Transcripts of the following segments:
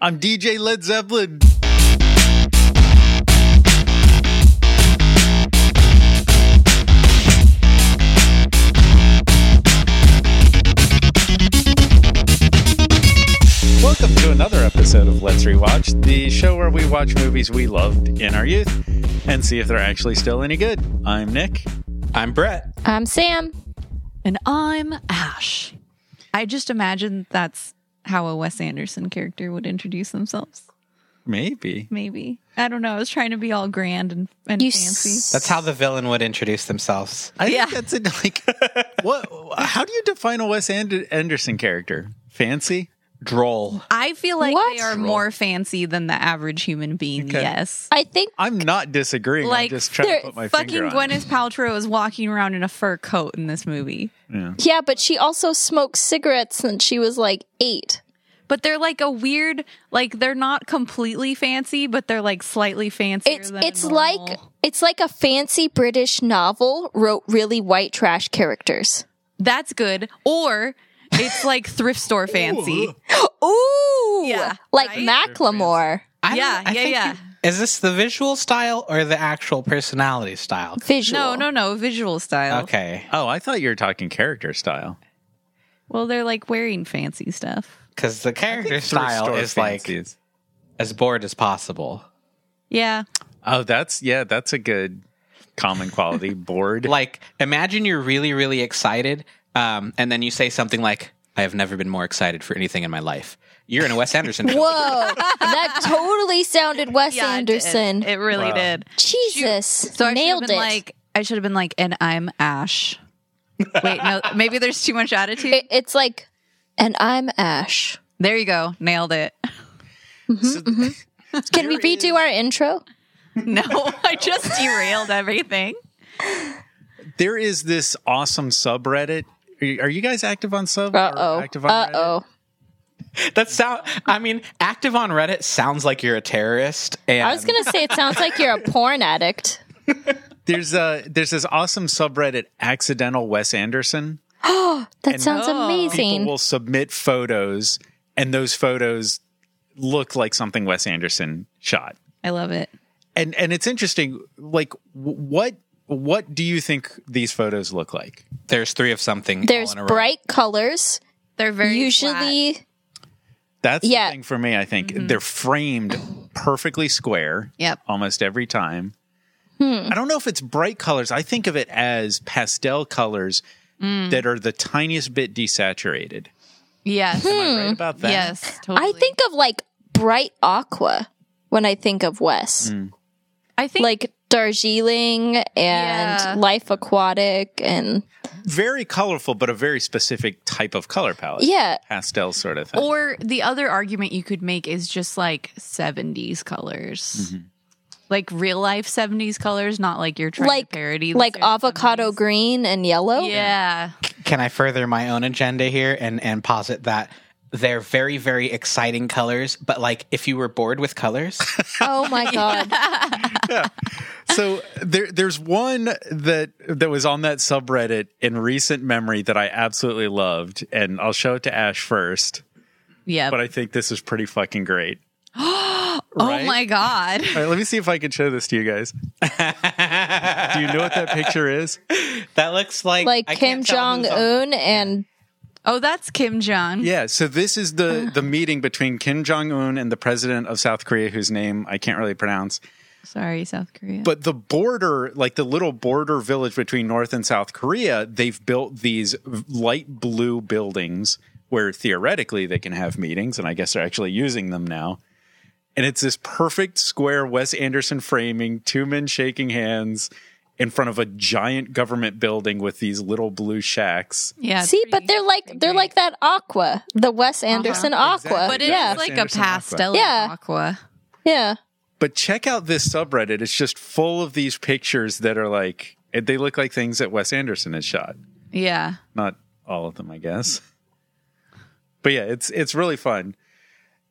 I'm DJ Led Zeppelin. Welcome to another episode of Let's Rewatch, the show where we watch movies we loved in our youth and see if they're actually still any good. I'm Nick. I'm Brett. I'm Sam. And I'm Ash. I just imagine that's how a Wes Anderson character would introduce themselves. Maybe. Maybe. I don't know. I was trying to be all grand and, and You fancy. That's how the villain would introduce themselves. I Yeah. think that's in like what how do you define a Wes Ander- Anderson character? Fancy? Droll. I feel like What? they are more fancy than the average human being. Yes. I think I'm not disagreeing. Like, I'm just trying to they're put my finger Fucking on. it. Gwyneth Paltrow is walking around in a fur coat in this movie. yeah, but she also smoked cigarettes since she was like eight. But they're like a weird, like they're not completely fancy, but they're like slightly fancier. It's than it's normal. like it's like a fancy British novel wrote really white trash characters. that's good, or it's like thrift store fancy. Ooh, Yeah, like right? Macklemore I don't- Yeah, I yeah, think- yeah. Is this the visual style or the actual personality style? visual. No, no, no, visual style. Okay, Oh, I thought you were talking character style. Well, they're like wearing fancy stuff. because the character style is like as bored as possible. Yeah. Oh, that's yeah, that's a good common quality board. Like, imagine you're really, really excited, um, and then you say something like, "I have never been more excited for anything in my life." You're in a Wes Anderson. film. Whoa, that totally sounded Wes Yeah, it did. Anderson. It, really Wow. did. Jesus, So I should have nailed been it. like I should have been like, and I'm Ash. Wait, no, maybe there's too much attitude. It- it's like, and I'm Ash. there you go. Nailed it. So- Mm-hmm, Can we redo our intro? No, I just derailed everything. there is this awesome subreddit. Are you, are you guys active on sub? or Uh oh. Active on Uh Reddit? oh. that sound. I mean, active on Reddit sounds like you're a terrorist. And I was gonna say it sounds like you're a porn addict. There's a there's this awesome subreddit, accidental Wes Anderson. That sounds Oh. amazing. People will submit photos, and those photos look like something Wes Anderson shot. I love it. And and it's interesting. Like, w- what what do you think these photos look like? There's three of something. all There's in a row. bright colors. They're very Usually, flat. That's Yeah. the thing for me. I think they're framed perfectly square. Mm-hmm. Yep. Hmm. Almost every time. I don't know if it's bright colors. I think of it as pastel colors Mm. that are the tiniest bit desaturated. Yes. Am I right about that? Hmm. Yes. Totally. I think of like bright aqua when I think of Wes, I Hmm. think like Darjeeling and Yeah. Life Aquatic, and Very colorful, but a very specific type of color palette. yeah, Pastel sort of thing. Or the other argument you could make is just like 70s colors. Like real life 70s colors, not like you're trying like to parody. the like same- avocado green and yellow. Yeah. can I further my own agenda here and and posit that they're very very exciting colors, but like if you were bored with colors, Oh my god, so there, there's one that that was on that subreddit in recent memory that I absolutely loved, and I'll show it to Ash first. Yeah. But I think this is pretty fucking great. Oh Right? my God. All right, let me see if I can show this to you guys. Do you know what that picture is? that looks like like I Kim can't tell Jong who's Un and Oh, that's Kim Jong. Yeah, so this is the the meeting between Kim Jong Un and the president of South Korea, whose name I can't really pronounce. Sorry, South Korea. But the border, like the little border village between North and South Korea, they've built these v- light blue buildings where theoretically they can have meetings, and I guess they're actually using them now. And it's this perfect square Wes Anderson framing, two men shaking hands in front of a giant government building with these little blue shacks. yeah. see, but they're like they're like that aqua, the Wes Anderson aqua. Uh-huh. But it's yeah, Wes like a Anderson aqua. pastel Yeah. aqua. yeah. But check out this subreddit. It's just full of these pictures that are like, they look like things that Wes Anderson has shot. Yeah. not all of them, I guess. But yeah, it's it's really fun.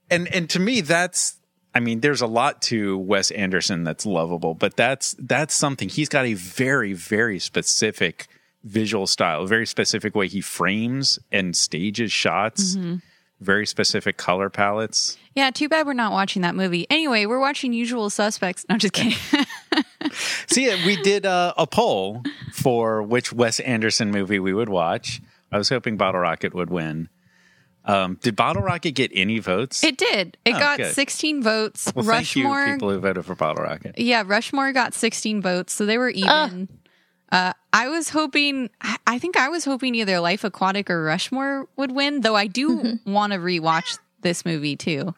And and to me that's I mean, there's a lot to Wes Anderson that's lovable, but that's that's something he's got a very very specific visual style, a very specific way he frames and stages shots very specific color palettes. Yeah, too bad we're not watching that movie. Anyway, we're watching Usual Suspects. No, I'm just kidding. See, we did uh, a poll for which Wes Anderson movie we would watch. I was hoping Bottle Rocket would win. Um, did Bottle Rocket get any votes? it did. It Oh, got good. 16 votes. well, Rushmore. thank you, people who voted for Bottle Rocket. Yeah, Rushmore got 16 votes, so they were even. Uh, I was hoping, I- I think I was hoping either Life Aquatic or Rushmore would win, though I do Mm-hmm. want to rewatch this movie too.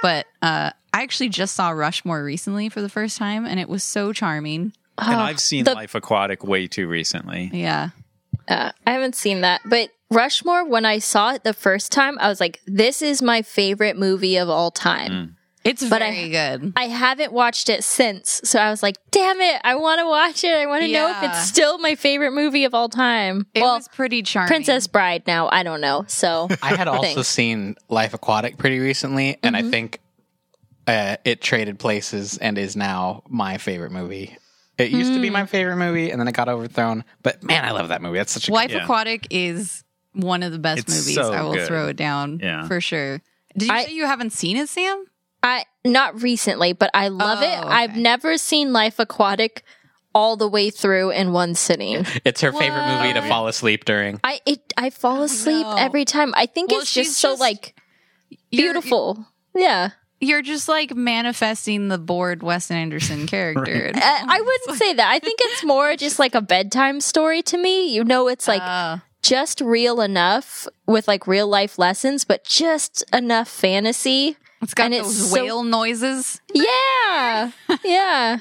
But uh, I actually just saw Rushmore recently for the first time, and it was so charming. and I've seen the- Life Aquatic way too recently. Yeah. Uh, I haven't seen that, but Rushmore, when I saw it the first time, I was like, "This is my favorite movie of all time." It's But I- very good. I haven't watched it since, so I was like, "Damn it! I want to watch it. I want to know if Yeah. it's still my favorite movie of all time." It well, was pretty charming. Princess Bride. Now I don't know. So I had also Thanks. Mm-hmm. seen Life Aquatic pretty recently, and I think uh, it traded places and is now my favorite movie. It used to be Hmm. my favorite movie, and then it got overthrown. But man, I love that movie. That's such a Life Yeah. Aquatic is one of the best It's movies. so I will good. throw it down Yeah. for sure. Did you I- say you haven't seen it, Sam? I not recently, but I love Oh, it. I've okay. never seen Life Aquatic all the way through in one sitting. It's her favorite movie to What? fall asleep during. I it I fall asleep Oh, no. every time. I think Well, it's she's just so just- like You're- beautiful. yeah. You're just like manifesting the bored Wes Anderson character. Uh, I, I wouldn't say that. I think it's more just like a bedtime story to me. You know, it's like Uh, just real enough with like real life lessons, but just enough fantasy. it's got and it's those so- whale noises. Yeah. Yeah.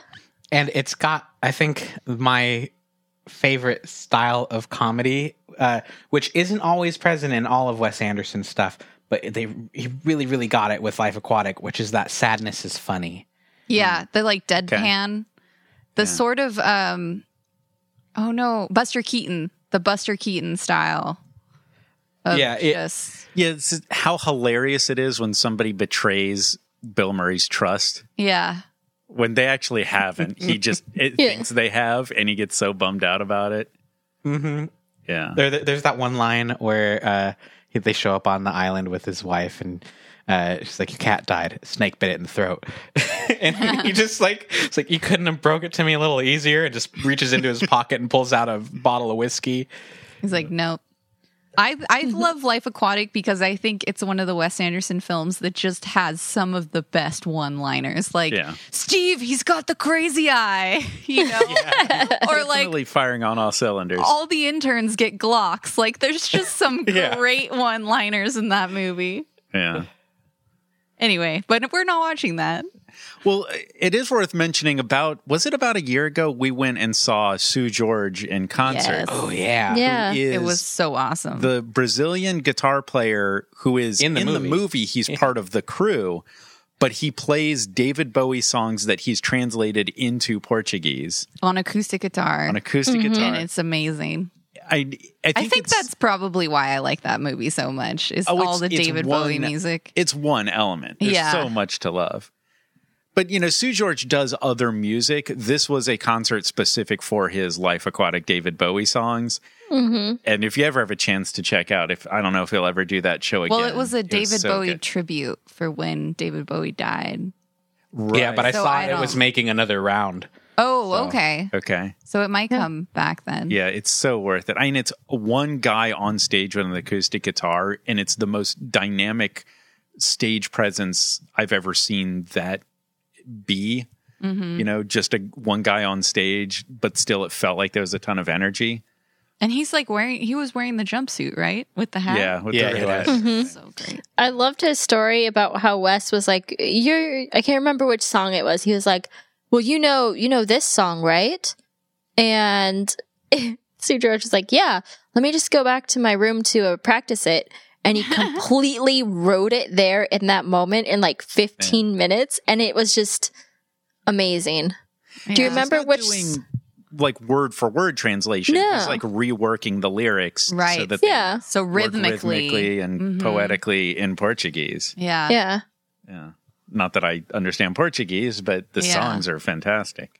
and it's got i think my favorite style of comedy uh, which isn't always present in all of wes anderson's stuff but they he really really got it with life aquatic which is that sadness is funny Mm. Yeah, the like deadpan, the sort of um, oh no, Buster Keaton, the Buster Keaton style. Of Yeah, yeah, it- just, Yeah, it's how hilarious it is when somebody betrays Bill Murray's trust yeah. when they actually haven't. He just it Yeah. thinks they have, and he gets so bummed out about it. mm-hmm. Yeah, there, there- there's that one line where uh, he- they show up on the island with his wife and uh, she's like, "Your cat died. A snake bit it in the throat," and he just like, "It's like you couldn't have broke it to me a little easier." And just reaches into his pocket and pulls out a bottle of whiskey. He's like, nope. I I love Life Aquatic because I think it's one of the Wes Anderson films that just has some of the best one-liners. Like Yeah. Steve, he's got the crazy eye, you know, or like really firing on all cylinders. all the interns get Glocks. Like there's just some Yeah. great one-liners in that movie. yeah. Anyway, but we're not watching that. Well, it is worth mentioning about was it about a year ago we went and saw Sue George in concert. Yes. Oh yeah, Yeah. Is It was so awesome. the Brazilian guitar player who is In in the the, movie. movie. He's part of the crew, but he plays David Bowie songs that he's translated into Portuguese on acoustic guitar. on acoustic guitar. Mm-hmm. and it's amazing. I, I think, I think it's- that's probably why I like that movie so much. Is Oh, it's- all the it's David Bowie one- music. it's one element. There's Yeah. so much to love. But you know, Sue George does other music. This was a concert specific for his Life Aquatic David Bowie songs. Mm-hmm. And if you ever have a chance to check out, if I don't know if he'll ever do that show again. Well, it was a David so Bowie good. tribute for when David Bowie died. yeah. But I So saw I it was don't- making another round. Oh, So- okay. okay. So it might come back then. Yeah, it's so worth it. I mean, it's one guy on stage with an acoustic guitar, and it's the most dynamic stage presence I've ever seen that be. Mm-hmm. You know, just a one guy on stage, but still, it felt like there was a ton of energy. And he's like wearing he was wearing the jumpsuit, right? With the Uh-huh. hat. Hmm. Yeah, with Yeah, the it red was. Mm-hmm. hat. So great. I loved his story about how Wes was like, "You're." I can't remember which song it was. He was like, "Well, you know, you know this song, right?" And Sue George was like, "Yeah, let me just go back to my room to uh, practice it." And he completely wrote it there in that moment in like 15 minutes, and it was just amazing. Do you Yeah. remember He's not which? doing like word for word translation? No. He's like reworking the lyrics, So Right. that they yeah, Mm-hmm. So work rhythmically. rhythmically and Mhm. poetically in Portuguese. Yeah. yeah. Yeah. Not that I understand Portuguese, but the Yeah. songs are fantastic.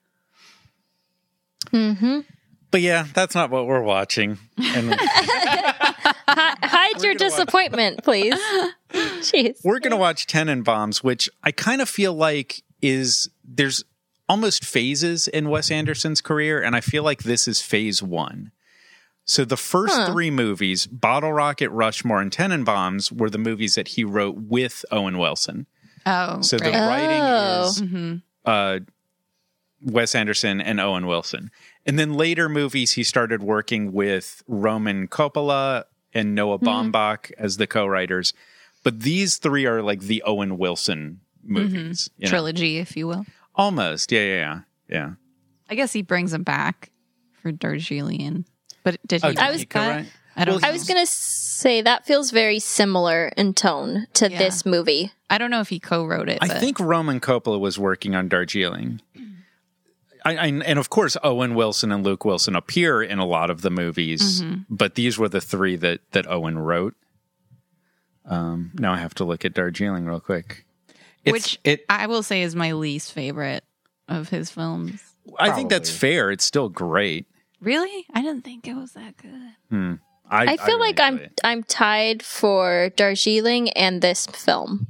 Mm-hmm. But yeah, that's not what we're watching. And Hi- hide gonna your watch- disappointment, please. Jeez. We're going to watch Tenenbaums, which I kind of feel like is there's almost phases in Wes Anderson's career, and I feel like this is phase one. So the first Huh. three movies, Bottle Rocket, Rushmore, and Tenenbaums, were the movies that he wrote with Owen Wilson. Oh, So the right. writing Oh. is Mhm. uh, Wes Anderson and Owen Wilson. And then later movies, he started working with Roman Coppola and Noah Baumbach as the co-writers. But these three are like the Owen Wilson movies, you know? trilogy, if you will. almost. Yeah, yeah, yeah. yeah. I guess he brings him back for Darjeeling. But did he? Oh, did I was- he co-write? I don't. well, know. I was going to say that feels very similar in tone to Yeah. this movie. I don't know if he co-wrote it. I but- think Roman Coppola was working on Darjeeling. I, I, and of course, Owen Wilson and Luke Wilson appear in a lot of the movies, but these were the three that, that Owen wrote. Um, now I have to look at Darjeeling real quick. It's- which it I will say is my least favorite of his films. I think that's fair. It's still great. Really, I didn't think it was that good. I, I feel really like I'm enjoy it. I'm tied for Darjeeling and this film.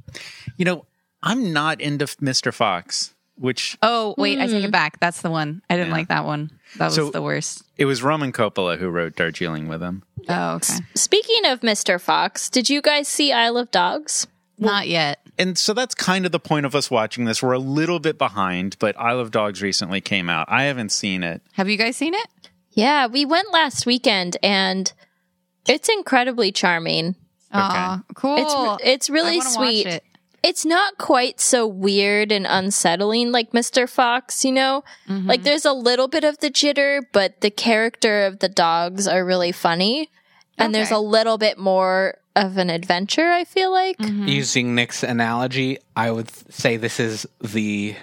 You know, I'm not into Mr. Fox, which Oh wait, I take it back. That's the one. I didn't Yeah. like that one. That was So- the worst. it was Roman Coppola who wrote Darjeeling with him. Oh okay, Speaking of Mr. Fox, did you guys see Isle of Dogs? not yet. and so that's kind of the point of us watching this. We're a little bit behind, but Isle of Dogs recently came out. I haven't seen it. Have you guys seen it? Yeah, we went last weekend and it's incredibly charming. Aw, cool. It's it's really I wanna sweet. Watch it. It's not quite so weird and unsettling like Mr. Fox, you know? Mm-hmm. Like there's a little bit of the jitter, but the character of the dogs are really funny. And there's Okay. a little bit more of an adventure, I feel like. Mm-hmm. using Nick's analogy, I would say this is the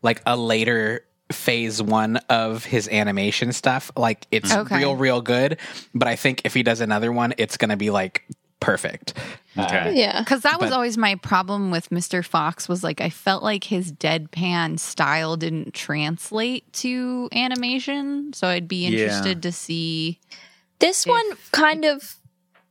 like a later phase one of his animation stuff. Like it's Okay. real, real good. But I think if he does another one, it's gonna be like perfect. Okay. Yeah. Because that was always my problem with Mr. Fox was like I felt like his deadpan style didn't translate to animation, so I'd be Yeah. interested to see. This one kind of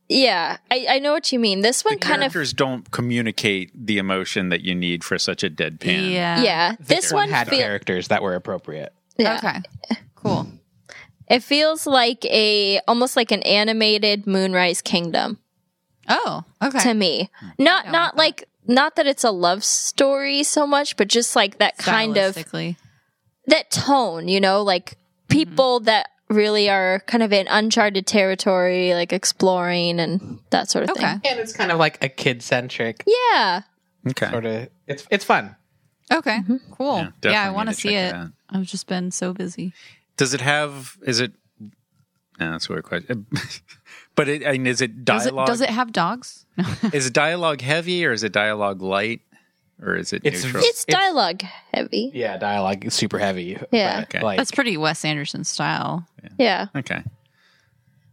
yeah, I, I know what you mean. This one kind of Characters don't communicate the emotion that you need for such a deadpan. Yeah. yeah. This, one, had feel- characters that were appropriate. yeah. Okay. Cool. It feels like a almost like an animated Moonrise Kingdom Oh. Okay. to me. Not not like not that it's a love story so much, but just like that kind of Stylistically. that tone, you know, like people that really are kind of in uncharted territory, like exploring and that sort of Okay. thing. And it's kind of like a kid centric Yeah. Okay. sort of it's it's fun. Okay. Mm-hmm. Cool. Yeah, definitely I need want to to see check it. it out. I've just been so busy. Does it have? Is it? No, that's a weird question. but it, I mean, is it Does it, dialogue? does it have dogs? No. is it dialogue heavy or is it dialogue light or is it It's- neutral? It's It's- dialogue heavy. Yeah, dialogue is super heavy. Yeah. but, Okay. like, That's pretty Wes Anderson style. Yeah. okay.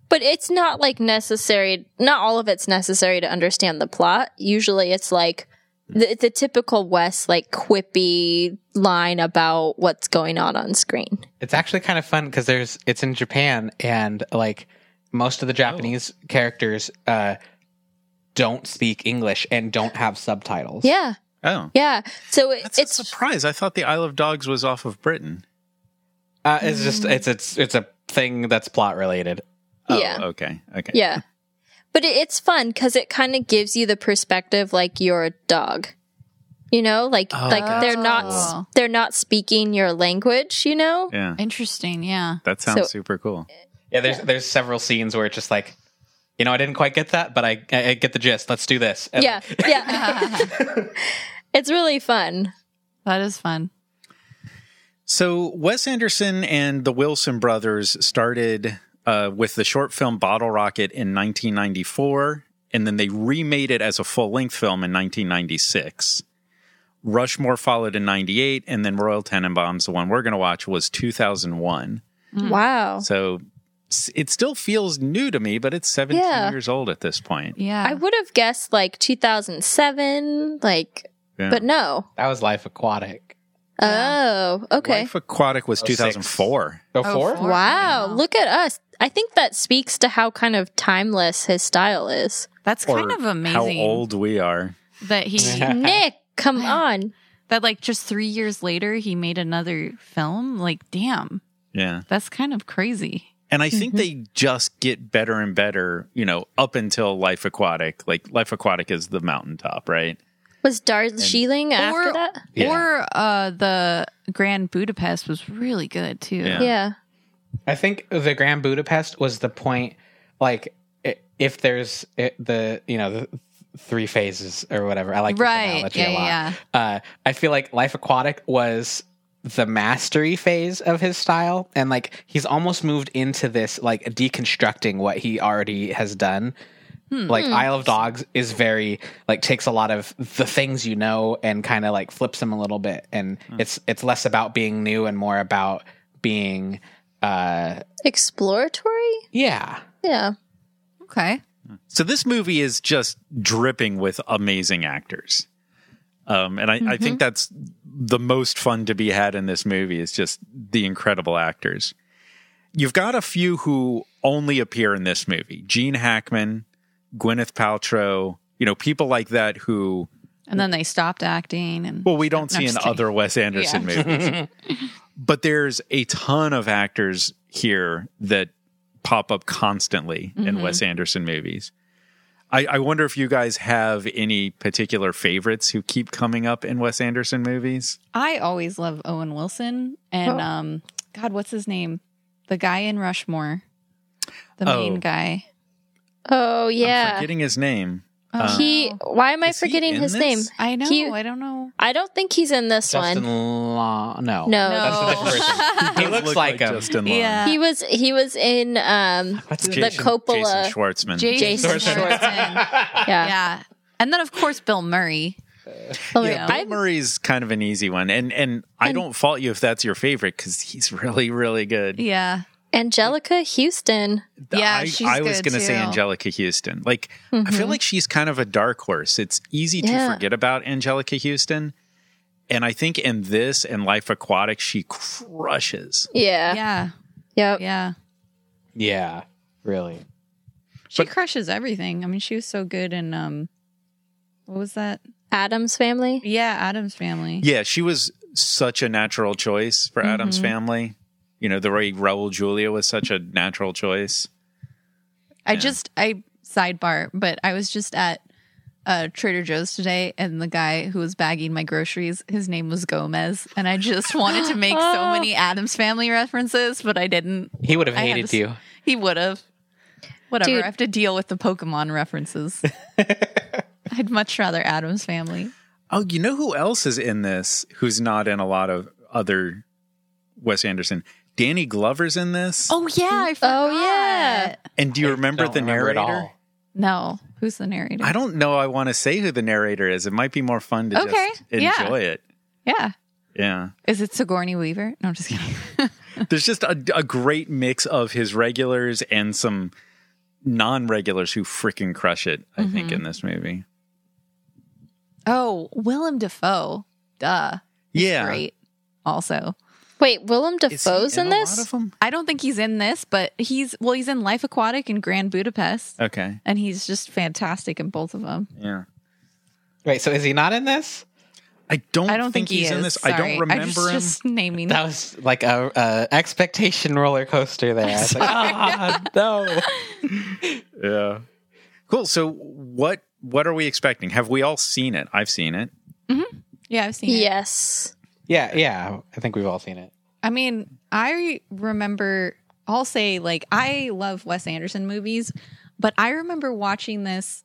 But it's not like necessary, not all of it's necessary to understand the plot. Usually it's like the, the typical West, like quippy line about what's going on on screen. It's actually kind of fun because there's it's in Japan and like most of the Japanese characters uh, don't speak English and don't have subtitles. Yeah. Oh, Yeah. So it, that's it's, a surprise. I thought the Isle of Dogs was off of Britain. uh, it's just it's it's it's a thing that's plot related. Oh, yeah. Okay. Okay. Yeah. But it, it's fun because it kind of gives you the perspective like you're a dog. You know, like like they're Oh. not they're not speaking your language, you know? Yeah. Interesting. Yeah. That sounds So- super cool. Yeah, there's there's several scenes where it's just like, you know, I didn't quite get that, but I I, I get the gist. Let's do this. And Yeah. Yeah. it's really fun. That is fun. So Wes Anderson and the Wilson brothers started uh, with the short film Bottle Rocket in 1994, and then they remade it as a full length film in 1996. Rushmore followed in 98, and then Royal Tenenbaums, the one we're going to watch, was 2001. Wow. So s- it still feels new to me, but it's 17 Yeah. years old at this point. Yeah. I would have guessed like 2007, like, Yeah. but no. that was Life Aquatic. Oh, okay. Life Aquatic was Oh, six. 2004. Oh, Oh, four? four? Wow, look at us. I think that speaks to how kind of timeless his style is. That's kind Or of amazing How old we are. that he Nick, come on. that like just 3 years later he made another film. Like damn. Yeah. That's kind of crazy. And I think they just get better and better, you know, up until Life Aquatic. Like Life Aquatic is the mountaintop, right? Was Darjeeling after that? Yeah. Or uh, the Grand Budapest was really good too. Yeah. Yeah. I think the Grand Budapest was the point. Like, i- if there's i the you know the th- three phases or whatever, I like this Right. analogy Yeah, a lot. yeah. Uh, I feel like Life Aquatic was the mastery phase of his style, and like he's almost moved into this like deconstructing what he already has done. Hmm. Like Isle of Dogs is very like takes a lot of the things you know and kind of like flips them a little bit, and it's it's less about being new and more about being uh Exploratory? yeah. Yeah. yeah. Okay. So this movie is just dripping with amazing actors. Um, and I, I think that's the most fun to be had in this movie is just the incredible actors. You've got a few who only appear in this movie. Gene Hackman, Gwyneth Paltrow, you know, people like that who And then they stopped acting and well, we don't No, see in just kidding. other Wes Anderson movies. but there's a ton of actors here that pop up constantly in Wes Anderson movies. I, I wonder if you guys have any particular favorites who keep coming up in Wes Anderson movies. I always love Owen Wilson Oh. and um God, what's his name? The guy in Rushmore. The Oh. main guy. Oh, I'm yeah. forgetting his name. Oh, He, why am I Is he forgetting in his this? name? I know. He- I don't know. I don't think he's in this Justin one. Law. No. No. That's a different person. He Does looks look like, him. Justin Long. Yeah. He was he was in um What's his the name? Coppola. Jason Schwartzman. Jason Jason Schwartzman. Schwartzman. yeah. yeah. And then of course Bill Murray. Well, Yeah. Bill I'm- Murray's kind of an easy one, and and I don't fault you if that's your favorite because he's really really good. Yeah. Angelica Houston. Yeah, I, she's I was good, gonna say too. Mm-hmm. Angelica Houston. Like, I feel like she's kind of a dark horse. It's easy Yeah. to forget about Angelica Houston, and I think in this and Life Aquatic, she crushes. Yeah. Oh. Yeah. Yep. Yeah. Yeah. Really. She crushes everything. I mean, she was so good in um what was that? Adam's family. Yeah, Adam's family. Yeah, she was such a natural choice for Adam's Mm-hmm. family. You know, the way Raul Julia was such a natural choice. I just I sidebar, but I was just at uh Trader Joe's today and the guy who was bagging my groceries, his name was Gomez, and I just wanted to make Oh. so many Adams family references, but I didn't. He would have I had hated to- you. He would have. Whatever. Dude. I have to deal with the Pokemon references. I'd much rather Adams family. Oh, you know who else is in this? Who's not in a lot of other Wes Anderson? Danny Glover's in this. Oh yeah, I forgot. Oh, yeah. and do you remember Don't the narrator? remember at all. No, who's the narrator? I don't know. I want to say who the narrator is. It might be more fun to Okay, just yeah. enjoy it. yeah. Yeah. Is it Sigourney Weaver? No, I'm just kidding. There's just a, a great mix of his regulars and some non regulars who freaking crush it, I Mm-hmm. think, in this movie. oh, Willem Dafoe. Duh. Yeah. Great. Also, Wait, Willem Is he Dafoe's in, a lot this? of 'em? I don't think he's in this, but he's well, he's in Life Aquatic and Grand Budapest, Okay. and he's just fantastic in both of them. Yeah. Wait, so is he not in this? I don't, I don't think, he he's is. in this. I Sorry. don't remember just, him. Just naming. That was like a, a expectation roller coaster there. I was like, ah, no. Yeah. Cool. So what what are we expecting? Have we all seen it? I've seen it. yeah, I've seen. it. Yes. Yeah, yeah. I think we've all seen it. I mean, I remember, I'll say, like, I love Wes Anderson movies, but I remember watching this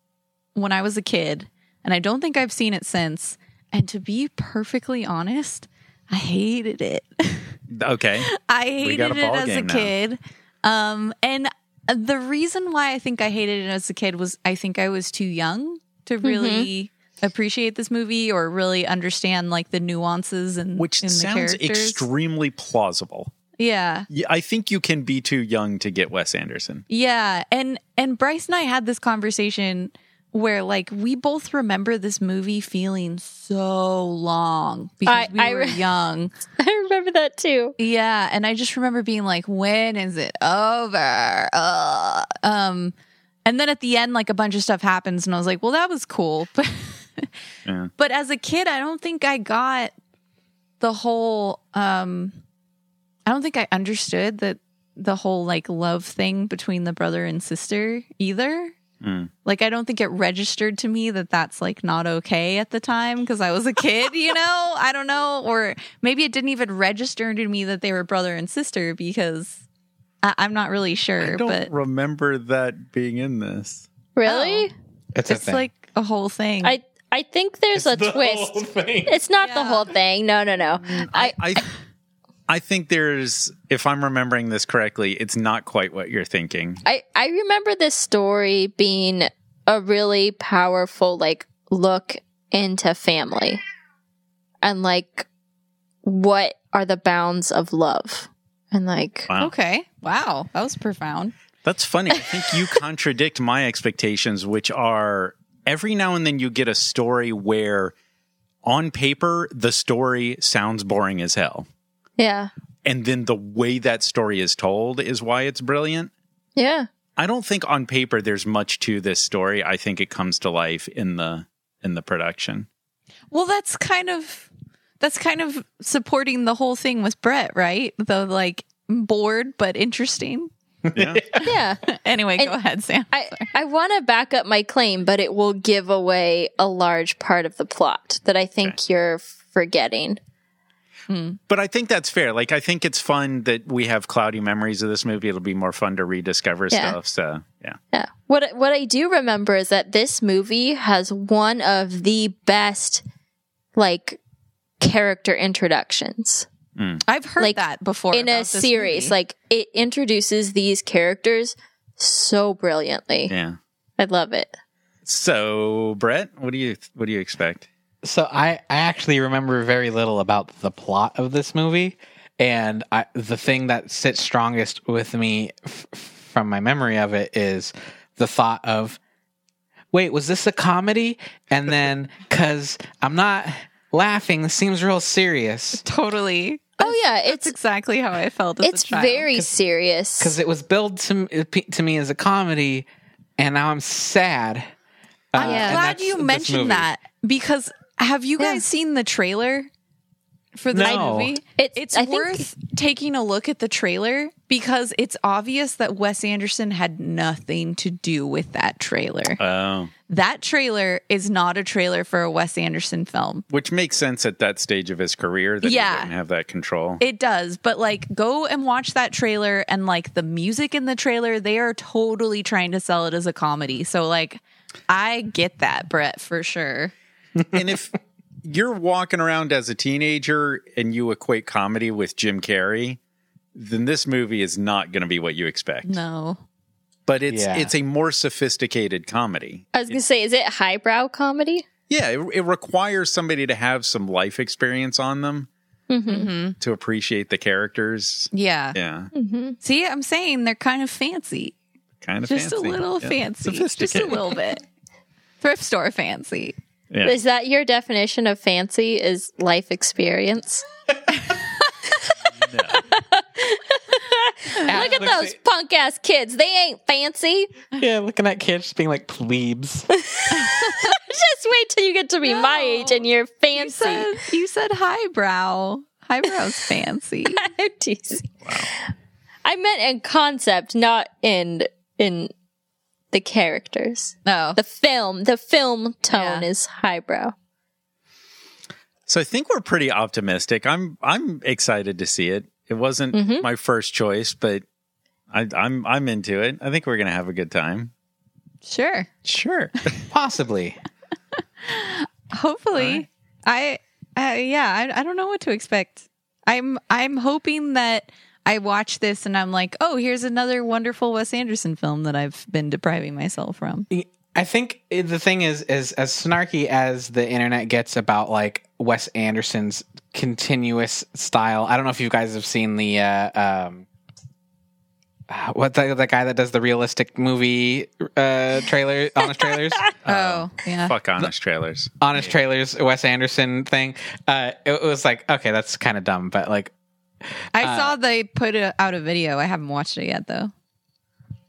when I was a kid, and I don't think I've seen it since. And to be perfectly honest, I hated it. Okay. got I a hated it ball as a game now. kid. Um, and the reason why I think I hated it as a kid was I think I was too young to really appreciate this movie or really understand like the nuances and Which in sounds the characters. extremely plausible. yeah. Yeah, I think you can be too young to get Wes Anderson. Yeah, and and Bryce and I had this conversation where like we both remember this movie feeling so long I- because we I were re- young. I remember that too. Yeah, and I just remember being like, "When is it over?" Ugh. Um, and then at the end, like a bunch of stuff happens, and I was like, "Well, that was cool." But Yeah. but as a kid, I don't think I got the whole. Um, I don't think I understood that the whole like love thing between the brother and sister either. Mm. Like I don't think it registered to me that that's like not okay at the time because I was a kid, you know. I don't know, or maybe it didn't even register to me that they were brother and sister because I- I'm not really I sure. don't But remember that being in this. Really? It's, it's like a whole thing. I I think there's a twist. It's not the Oh. Yeah. Mm. whole thing. No, no, no. I I I think there's if I'm remembering this correctly, it's not quite what you're thinking. I, I remember this story being a really powerful like look into family and like what are the bounds of love and like Wow. okay, wow, that was profound. That's funny. I think you contradict my expectations, which are every now and then you get a story where on paper the story sounds boring as hell. yeah And then the way that story is told is why it's brilliant. yeah I don't think on paper there's much to this story. I think it comes to life in the in the production. Well, that's kind of that's kind of supporting the whole thing with Brett, right? Though like bored but interesting. Yeah. yeah Anyway, go And- ahead, Sam. I, I want to back up my claim, but it will give away a large part of the plot that I think you're forgetting. But I think that's fair. Like I think it's fun that we have cloudy memories of this movie. It'll be more fun to rediscover Yeah. stuff. So yeah. Yeah. What I- what I do remember is that this movie has one of the best like character introductions I've heard like, that before in about a this series. movie. Like it introduces these characters so brilliantly. Yeah. I love it. So Brett, what do you what do you expect? So I, I actually remember very little about the plot of this movie, and I, the thing that sits strongest with me f- from my memory of it is the thought of, wait, was this a comedy? And then, cause I'm not laughing, this seems real serious. totally. Oh yeah, That's it's exactly how I felt as it's a child. very serious. Cause it was billed to, m- to me as a comedy, and now I'm sad. Uh, I'm and glad that's you this movie. mentioned that because have you guys Yeah. seen the trailer for this No. movie? It's- It's I think- worth taking a look at the trailer because it's obvious that Wes Anderson had nothing to do with that trailer. Oh, That trailer is not a trailer for a Wes Anderson film. which makes sense at that stage of his career that Yeah. he didn't have that control. It does, but like go and watch that trailer and like the music in the trailer, they are totally trying to sell it as a comedy. So like I get that, Brett, for sure. and if you're walking around as a teenager and you equate comedy with Jim Carrey, then this movie is not going to be what you expect. No. But it's Yeah. it's a more sophisticated comedy. I was gonna say, is it highbrow comedy? Yeah, it, it requires somebody to have some life experience on them Mm-hmm. to appreciate the characters. Yeah. Yeah, See, I'm saying they're kind of fancy. kind of Just fancy. a little Yeah. fancy. Just a Sophisticated. little bit. Thrift store fancy. Yeah. Is that your definition of fancy? Is life experience? Look at those punk ass kids. They ain't fancy. Yeah, looking at kids just being like plebes. Just wait till you get to be my age and you're You fancy. said you said highbrow. Highbrow's fancy. I'm teasing. I meant in concept, not in in the characters. No. The film, the film tone Yeah. is highbrow. So I think we're pretty optimistic. I'm I'm excited to see it. It wasn't Mm-hmm. my first choice, but I, I'm I'm into it. I think we're gonna have a good time. Sure. Sure. Possibly. hopefully i uh, yeah I, I don't know what to expect i'm i'm hoping that i watch this and i'm like oh here's another wonderful wes anderson film that i've been depriving myself from I think the thing is, is as snarky as the internet gets about like Wes Anderson's continuous style. I don't know if you guys have seen the uh, um, uh, what the, the guy that does the realistic movie uh, trailer, honest trailers, Uh, Oh, yeah. Fuck honest trailers. honest trailers, Wes Anderson thing. Uh, it, it was like okay, that's kind of dumb, but like I Uh, saw they put a, out a video. I haven't watched it yet though.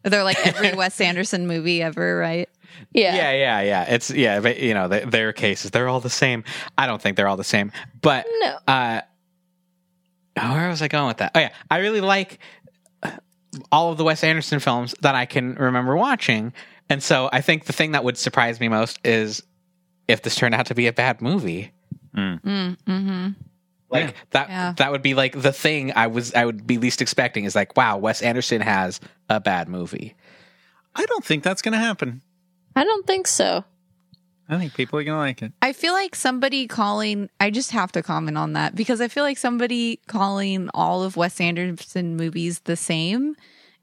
They're like every Wes Anderson movie ever, right? Yeah. yeah, yeah, yeah. It's yeah, but you know, they, their cases they're all the same. I don't think they're all the same, but No. uh, where was I going with that? Oh yeah, I really like all of the Wes Anderson films that I can remember watching, and so I think the thing that would surprise me most is if this turned out to be a bad movie. Mm, mm-hmm. hmm Like that Yeah. that would be like the thing I was I would be least expecting is like wow, Wes Anderson has a bad movie. I don't think that's going to happen. I don't think so. I think people are going to like it. I feel like somebody calling. I just have to comment on that because I feel like somebody calling all of Wes Anderson movies the same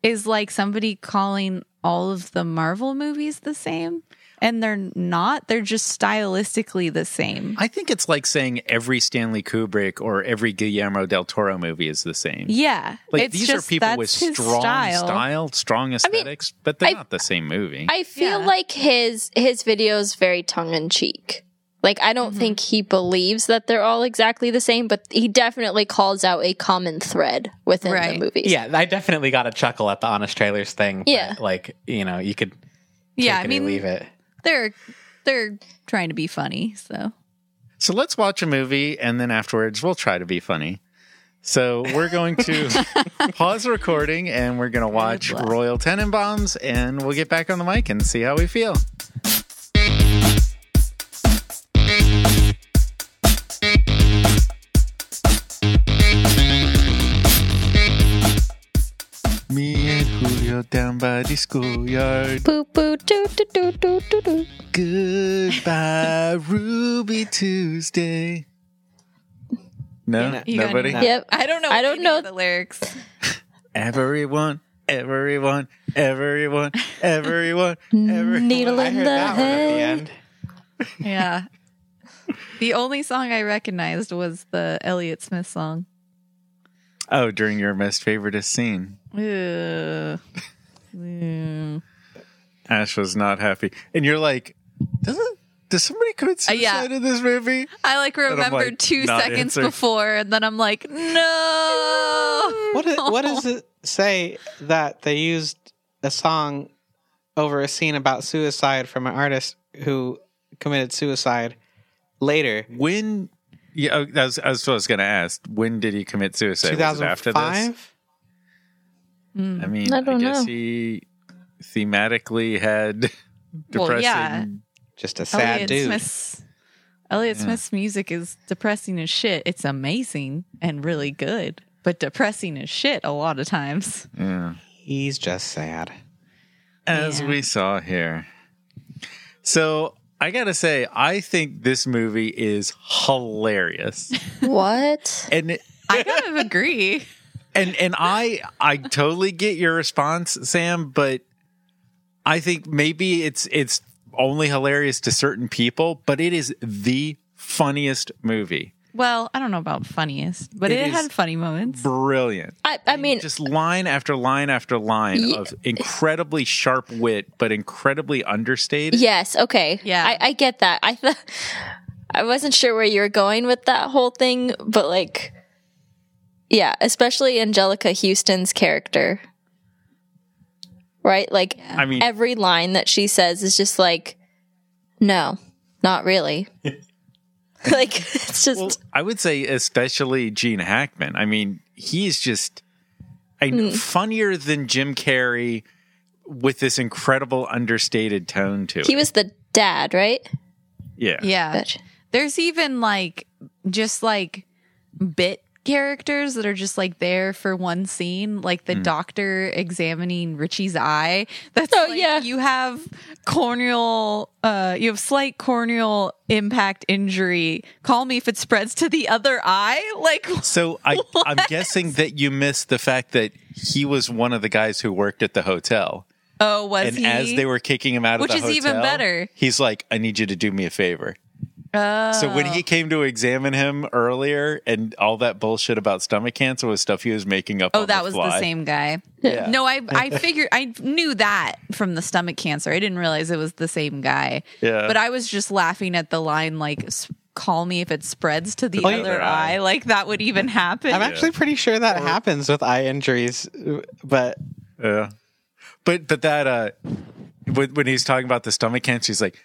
is like somebody calling all of the Marvel movies the same, and they're not. They're just stylistically the same. I think it's like saying every Stanley Kubrick or every Guillermo del Toro movie is the same. Yeah, Like it's these just- are people that's with his strong style. strong aesthetics, but they're I- not the same movie. I feel Yeah. like his his videos very tongue in cheek. Like I Mm-hmm. don't think he believes that they're all exactly the same, but he definitely calls out a common thread within Right. the movies. Yeah, I definitely got a chuckle at the honest trailers thing. but, Yeah. like you know, you could Yeah, take I it mean or leave it. they're they're trying to be funny, so. so let's watch a movie and then afterwards we'll try to be funny. So we're going to pause recording and we're going to watch luck. Royal Tenenbaums and we'll get back on the mic and see how we feel. Me and Julio down by the schoolyard. Boo boo doo doo doo doo doo doo. Goodbye, Ruby Tuesday. No, You got nobody. any- Yep. I don't know. I don't any know- of the lyrics. Everyone, everyone, everyone, everyone, everyone. Needle in the hay. Yeah. the only song I recognized was the Elliott Smith song. Oh, during your most favoriteest scene, Ugh. Mm. Ash was not happy, and you're like, doesn't does somebody commit Uh, yeah. suicide in this movie? I like I'm, remembered like, two not seconds answering. before, and then I'm like, no. What is, what does it say that they used a song over a scene about suicide from an artist who committed suicide later? When? Yeah, oh, that's, that's what I was going to ask. When did he commit suicide? Two Was it thousand after this? five. Mm. I mean, I, I don't guess know. he thematically had Well, depressing. yeah. Just Oh, a sad Elliott dude. Smith's Elliott Smith's music is depressing as shit. It's amazing and really good, but depressing as shit a lot of times. He's just sad. as Yeah. we saw here. So I gotta say, I think this movie is hilarious, What? and it- I kind of agree. and and I I totally get your response, Sam, but I think maybe it's it's only hilarious to certain people, but it is the funniest movie. Well, I don't know about funniest, but It it, is had funny moments. Brilliant. I, I mean, just line after line after line Ye- of incredibly sharp wit, but incredibly understated. yes. Okay. Yeah. I, I get that. I thought I wasn't sure where you were going with that whole thing, but like, yeah, especially Angelica Houston's character, right? Like, I mean, every line that she says is just like, no, not really. like it's just well, I would say especially Gene Hackman. I mean, he's just I know, Mm. funnier than Jim Carrey with this incredible understated tone to he it. was the dad, right? yeah. Yeah. But- There's even like just like bit characters that are just like there for one scene, like Hmm. the doctor examining Richie's eye. That's Oh, like, yeah. you have corneal uh you have slight corneal impact injury. Call me if it spreads to the other eye. Like So I, I'm guessing that you missed the fact that he was one of the guys who worked at the hotel. oh was and he as they were kicking him out Which of the is even hotel, better. He's like, I need you to do me a favor. So when Oh. he came to examine him earlier, and all that bullshit about stomach cancer was stuff he was making up. Oh, on that was the fly. same guy. Yeah. No, I I figured I knew that from the stomach cancer. I didn't realize it was the same guy. Yeah. But I was just laughing at the line like s- call me if it spreads to the Oh, yeah. other Eye. eye. Like that would even happen. I'm actually pretty sure that happens with eye injuries, but Yeah. But but that uh when, when he's talking about the stomach cancer, he's like,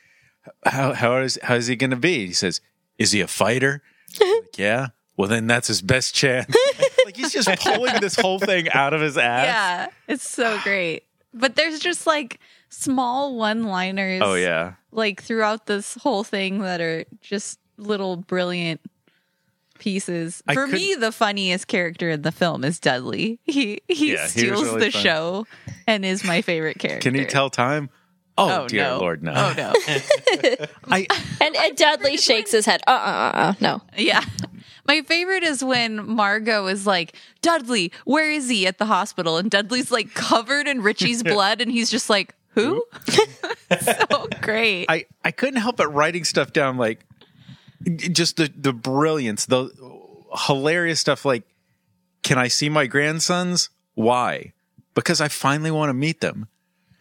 how how is how is he going to be? He says, is he a fighter? like, yeah. Well, then that's his best chance. like he's just pulling this whole thing out of his ass. yeah. It's so great. But there's just like small one-liners Oh yeah. like throughout this whole thing that are just little brilliant pieces. I For could- me, the funniest character in the film is Dudley. He he Yeah, he was steals really the fun. show and is my favorite character. Can you tell time? Oh, Oh, dear no. Lord, no. Oh no. I And, and Dudley shakes his head. Uh uh uh. uh no. yeah. My favorite is when Margot is like, Dudley, where is he at the hospital? And Dudley's like covered in Richie's blood and he's just like, Who? so great. I I couldn't help but writing stuff down like just the the brilliance, the hilarious stuff like can I see my grandsons? Why? Because I finally want to meet them.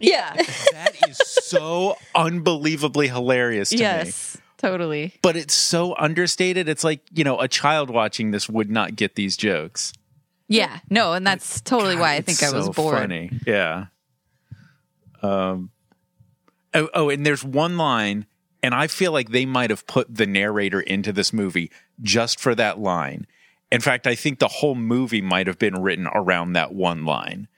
yeah. That is so unbelievably hilarious to me. Yes. Totally. But it's so understated. It's like, you know, a child watching this would not get these jokes. Yeah. No, and that's totally why I God, think it's I was so bored. Funny. Yeah. Um oh, oh, and there's one line, and I feel like they might have put the narrator into this movie just for that line. In fact, I think the whole movie might have been written around that one line,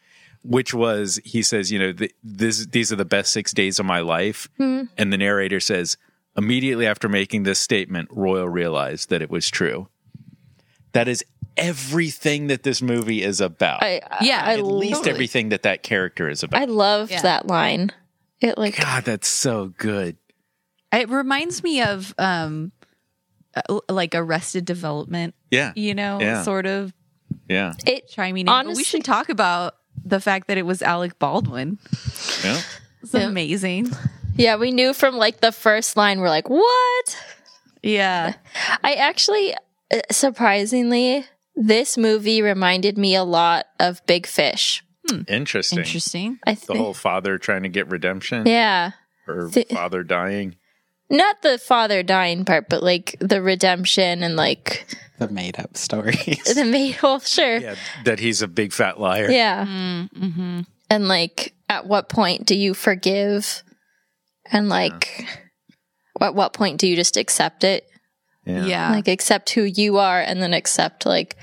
which was he says, you know, th- this, these are the best six days of my life. Hmm. And the narrator says, immediately after making this statement, Royal realized that it was true. That is everything that this movie is about I, I- Yeah, I, at at least least. totally. everything that that character is about. I love Yeah. that line. It like God, that's so good. It reminds me of um uh, like arrested development, Yeah, you know, Yeah. sort of yeah, it. chiming in. But Honestly- we should talk about the fact that it was Alec Baldwin. yeah. It's amazing. Yeah, we knew from like the first line. We're like, what? Yeah. I actually, uh, surprisingly, this movie reminded me a lot of Big Fish. Interesting. Interesting. I The think. whole father trying to get redemption Yeah. or Thi- father dying. Not the father dying part, but like the redemption and like the made up stories. the maid. Well, sure. Yeah, that he's a big fat liar. yeah. Mm-hmm. and like at what point do you forgive and like at what point do you just accept it Yeah. like accept who you are and then accept like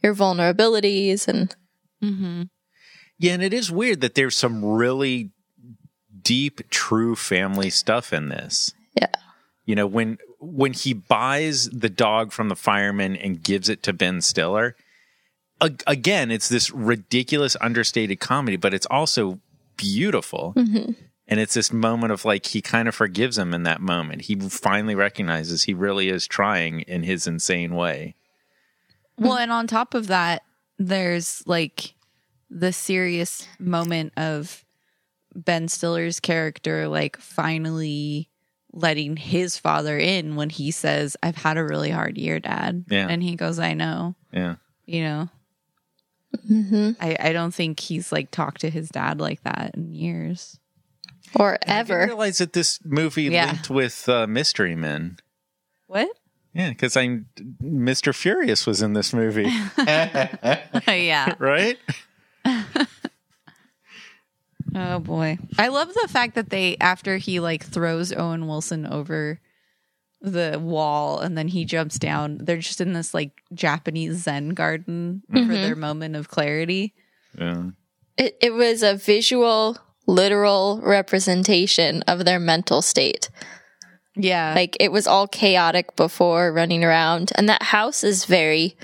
your vulnerabilities and mm-hmm. Yeah, and it is weird that there's some really deep, true family stuff in this. Yeah. You know, when when he buys the dog from the fireman and gives it to Ben Stiller, a- again, it's this ridiculous, understated comedy, but it's also beautiful. Mm-hmm. And it's this moment of like he kind of forgives him in that moment. He finally recognizes he really is trying in his insane way. Well, and on top of that, there's like the serious moment of Ben Stiller's character like finally letting his father in when he says, I've had a really hard year, Dad. Yeah. And he goes, I know. Yeah. You know. hmm I, I don't think he's like talked to his dad like that in years. or I didn't ever realize that this movie Yeah. linked with uh, Mystery Men. What? Yeah, because I'm Mr. Furious was in this movie, yeah. right? Oh boy. I love the fact that they after he like throws Owen Wilson over the wall and then he jumps down. They're just in this like Japanese zen garden for Mhm. their moment of clarity. Yeah. it, it was a visual literal representation of their mental state Yeah. like it was all chaotic before running around and that house is very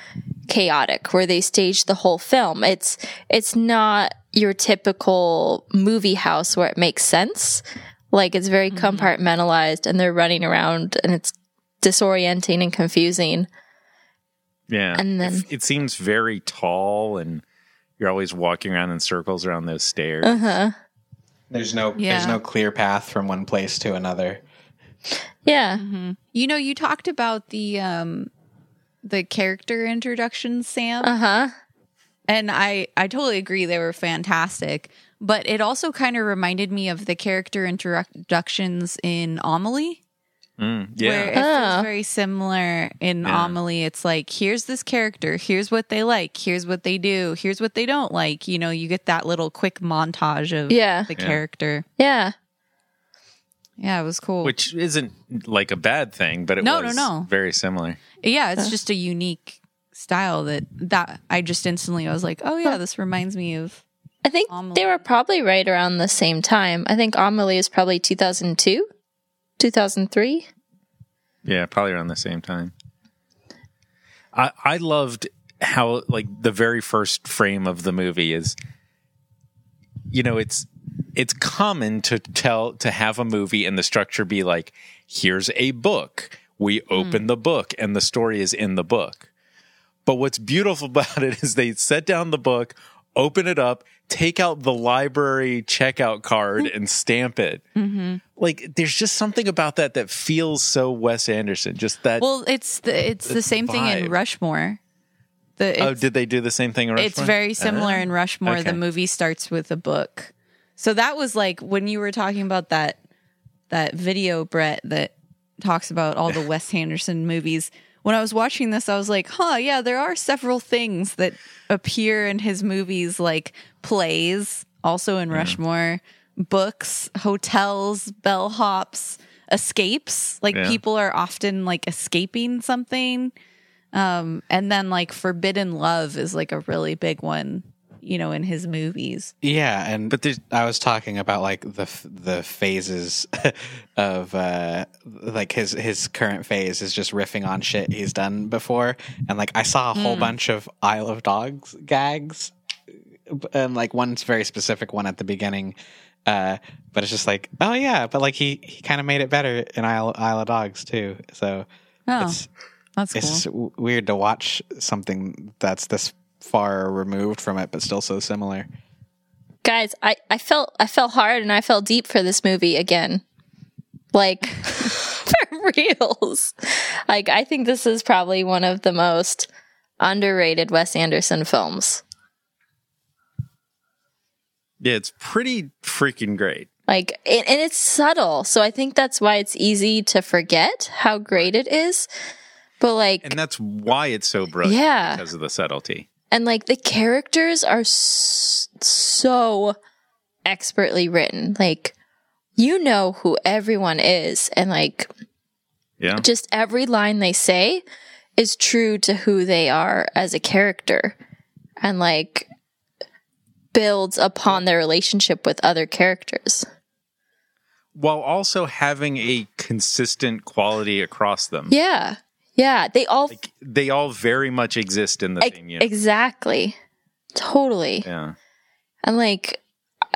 chaotic where they stage the whole film it's it's not your typical movie house where it makes sense like it's very compartmentalized and they're running around and it's disorienting and confusing Yeah. And then- it, it seems very tall and you're always walking around in circles around those Uh, stairs. uh-huh There's no Yeah. there's no clear path from one place to another. Yeah. You know, you talked about the um the character introductions, Sam, Uh huh. and I I totally agree they were fantastic. But it also kind of reminded me of the character introductions in Amelie, where Mm, it yeah. Oh. feels very similar. In Yeah. Amelie, it's like here's this character, here's what they like, here's what they do, here's what they don't like. You know, you get that little quick montage of Yeah. the Yeah. character. Yeah. Yeah, it was cool. Which isn't like a bad thing, but it No, no, was no. very similar. yeah it's just a unique style that that i just instantly i was like oh yeah this reminds me of I think Amelie. they were probably right around the same time. I think Amelie is probably 2002, 2003. Yeah, probably around the same time. I I loved how like the very first frame of the movie is you know, it's it's common to tell to have a movie and the structure be like here's a book. We open the book and the story is in the book. But what's beautiful about it is they set down the book, open it up, take out the library checkout card and stamp it like there's just something about that that feels so Wes Anderson. Just that. well it's the it's the It's same thing in vibe. rushmore the oh, it's, did they do the same thing? in it's Rushmore? Uh-huh. Uh, very similar in rushmore okay. the movie starts with a book so that was like when you were talking about that that video brett that talks about all the wes anderson movies when i was watching this i was like huh yeah there are several things that appear in his movies like plays also in rushmore books hotels bellhops escapes like Yeah. people are often like escaping something um and then like forbidden love is like a really big one you know in his movies Yeah, and But there's- I was talking about like the f- the phases of uh like his his current phase is just riffing on shit he's done before, and like I saw a whole bunch of Isle of Dogs gags, and like one's very specific one at the beginning, uh, but it's just like oh yeah, but like he he kind of made it better in Isle Isle of Dogs too, so oh it's that's it's just w- weird to watch something that's this far removed from it but still so similar. Guys, I, I felt I fell hard and I fell deep for this movie again. Like for reals. Like I think this is probably one of the most underrated Wes Anderson films. Yeah, it's pretty freaking great. Like, and, and it's subtle. So I think that's why it's easy to forget how great it is. But like, And that's why it's so brilliant. Yeah. Because of the subtlety. and like the characters are s- so expertly written. Like, you know who everyone is. And like, Yeah. just every line they say is true to who they are as a character and like builds upon their relationship with other characters. While also having a consistent quality across them. Yeah. Yeah. They all They all very much exist in the Ex- same universe. Exactly. Totally. yeah. And like,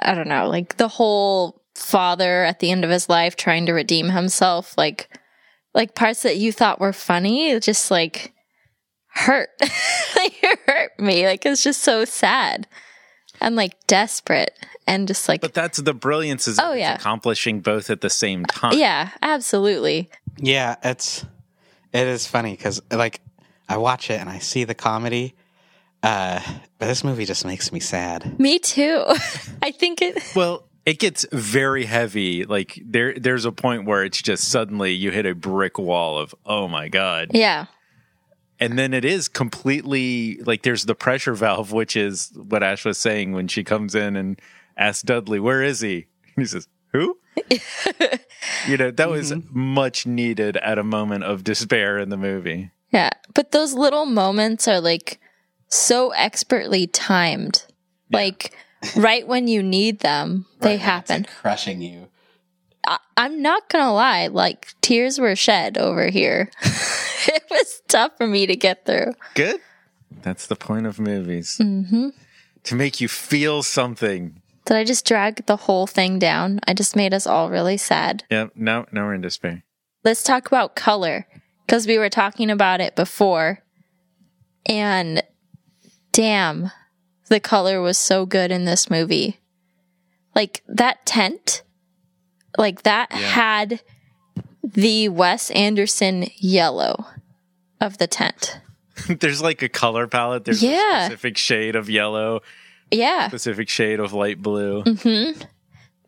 I don't know, like the whole father at the end of his life trying to redeem himself, like, like parts that you thought were funny, it just like hurt. like it hurt me. Like it's just so sad and like desperate and just like, But that's the brilliance is Oh, it's yeah. Uh, accomplishing both at the same time. yeah, absolutely. Yeah, it's it is funny because like I watch it and I see the comedy, uh, but this movie just makes me sad. Me too. I think it, Well, it gets very heavy. Like there there's a point where it's just suddenly you hit a brick wall of, oh my God. yeah. and then it is completely like there's the pressure valve, which is what Ash was saying when she comes in and asks Dudley, "Where is he?" He says, "Who?" you know, that was much needed at a moment of despair in the movie. Yeah. But those little moments are like so expertly timed. Like right when you need them, they happen. crushing you. I, I'm not going to lie. Like tears were shed over here. it was tough for me to get through. Good. That's the point of movies Mm. to make you feel something. Did I just drag the whole thing down? I just made us all really sad. Yeah. Now, now we're in despair. let's talk about color because we were talking about it before. And damn, the color was so good in this movie. Like that tent, like that had the Wes Anderson yellow of the tent. there's like a color palette. There's a Yeah. specific shade of yellow, Yeah. Mm-hmm. specific shade of light blue. Mm.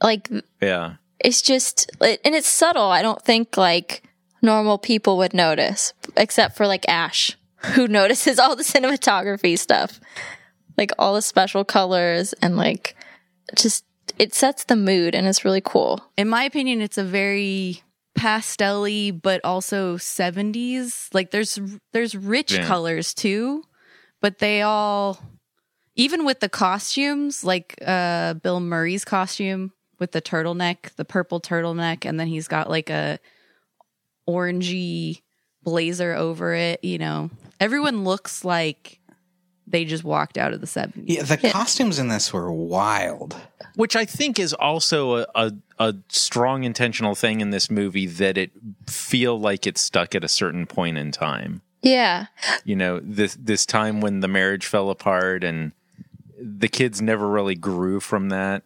Like Yeah. it's just it, and it's subtle. I don't think like normal people would notice except for like Ash who notices all the cinematography stuff. Like all the special colors and like just it sets the mood and it's really cool. in my opinion, it's a very pastelly, but also seventies. Like there's there's rich Yeah. colors too, but they all, even with the costumes, like uh, Bill Murray's costume with the turtleneck, the purple turtleneck, and then he's got like a orangey blazer over it. You know, everyone looks like they just walked out of the seventies. Yeah, the costumes in this were wild. Which I think is also a, a, a strong intentional thing in this movie that it feel like it's stuck at a certain point in time. Yeah. You know, this this time when the marriage fell apart and the kids never really grew from that.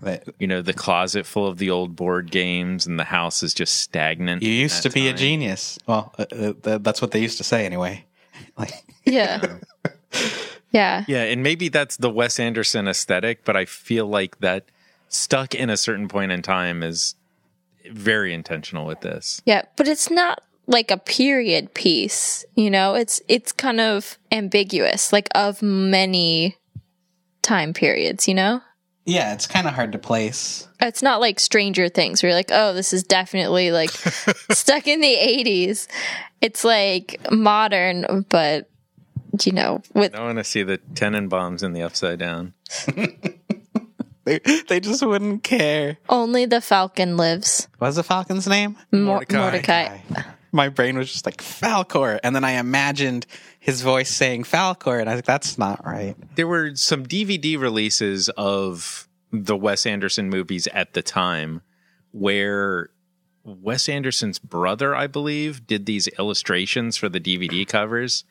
That You know, the closet full of the old board games and the house is just stagnant. you in used to that be a time. genius. Well, uh, uh, th- that's what they used to say anyway. Like, Yeah. yeah. Yeah, and maybe that's the Wes Anderson aesthetic, but I feel like that stuck in a certain point in time is very intentional with this. Yeah, but it's not like a period piece, you know? It's it's kind of ambiguous, like of many time periods, you know? yeah, it's kind of hard to place. It's not like Stranger Things where you're like, "Oh, this is definitely like stuck in the 80s." It's like modern, but you know, with I want to see the tenon bombs in the upside down. They they just wouldn't care. only the Falcon lives. What's the Falcon's name? Mor- Mordecai. Mordecai. My brain was just like Falcor, and then I imagined his voice saying Falcor, and I was like, "That's not right." There were some DVD releases of the Wes Anderson movies at the time where Wes Anderson's brother, I believe, did these illustrations for the DVD covers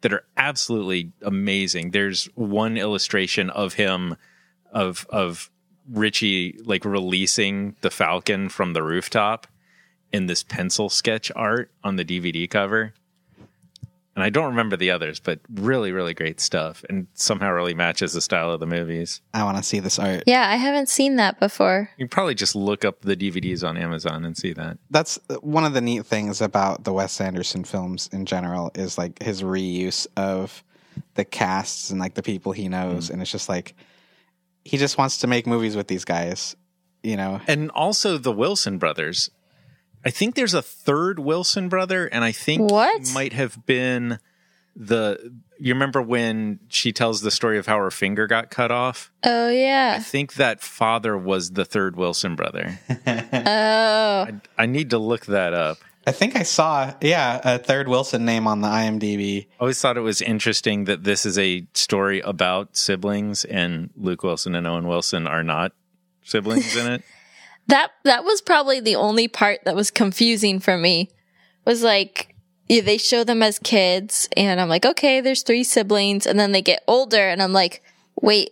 that are absolutely amazing. There's one illustration of him of of Richie like releasing the falcon from the rooftop in this pencil sketch art on the DVD cover. And I don't remember the others, but really really great stuff and somehow really matches the style of the movies. I want to see this art. Yeah, I haven't seen that before. You can probably just look up the DVDs on Amazon and see that. that's uh, one of the neat things about the Wes Anderson films in general is like his reuse of the casts and like the people he knows, and it's just like he just wants to make movies with these guys, you know. and also the Wilson brothers. I think there's a third Wilson brother, and I think What? he might have been the. You remember when she tells the story of how her finger got cut off? Oh I yeah. think that father was the third Wilson brother. Oh. I, I need to look that up. I think I saw, yeah, a third Wilson name on the IMDb. I always thought it was interesting that this is a story about siblings, and Luke Wilson and Owen Wilson are not siblings in it. that that was probably the only part that was confusing for me was like yeah, they show them as kids and i'm like okay there's three siblings and then they get older and i'm like wait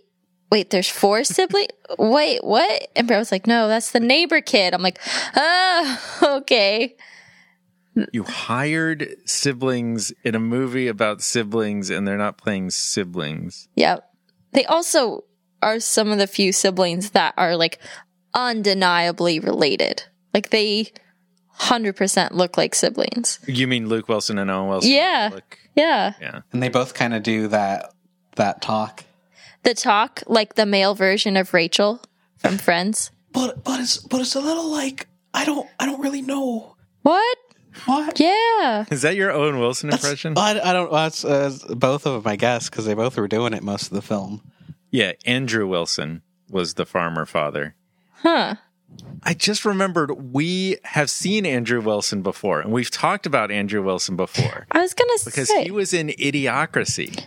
wait there's four siblings wait what and i was like no that's the neighbor kid i'm like oh okay You hired siblings in a movie about siblings, and they're not playing siblings. yeah they also are some of the few siblings that are like undeniably related like they 100% look like siblings You mean Luke Wilson and Owen Wilson? Yeah. Look, yeah yeah. And they both kind of do that that talk. the talk like the male version of Rachel from Friends. But but it's but it's a little like I don't I don't really know What? what. Yeah. Is that your Owen Wilson impression? I, I don't. Well, it's, uh, both of them, I guess, because they both were doing it most of the film. yeah. Andrew Wilson was the farmer father. Huh. I just remembered we have seen Andrew Wilson before, and we've talked about Andrew Wilson before I was gonna because say. he was in Idiocracy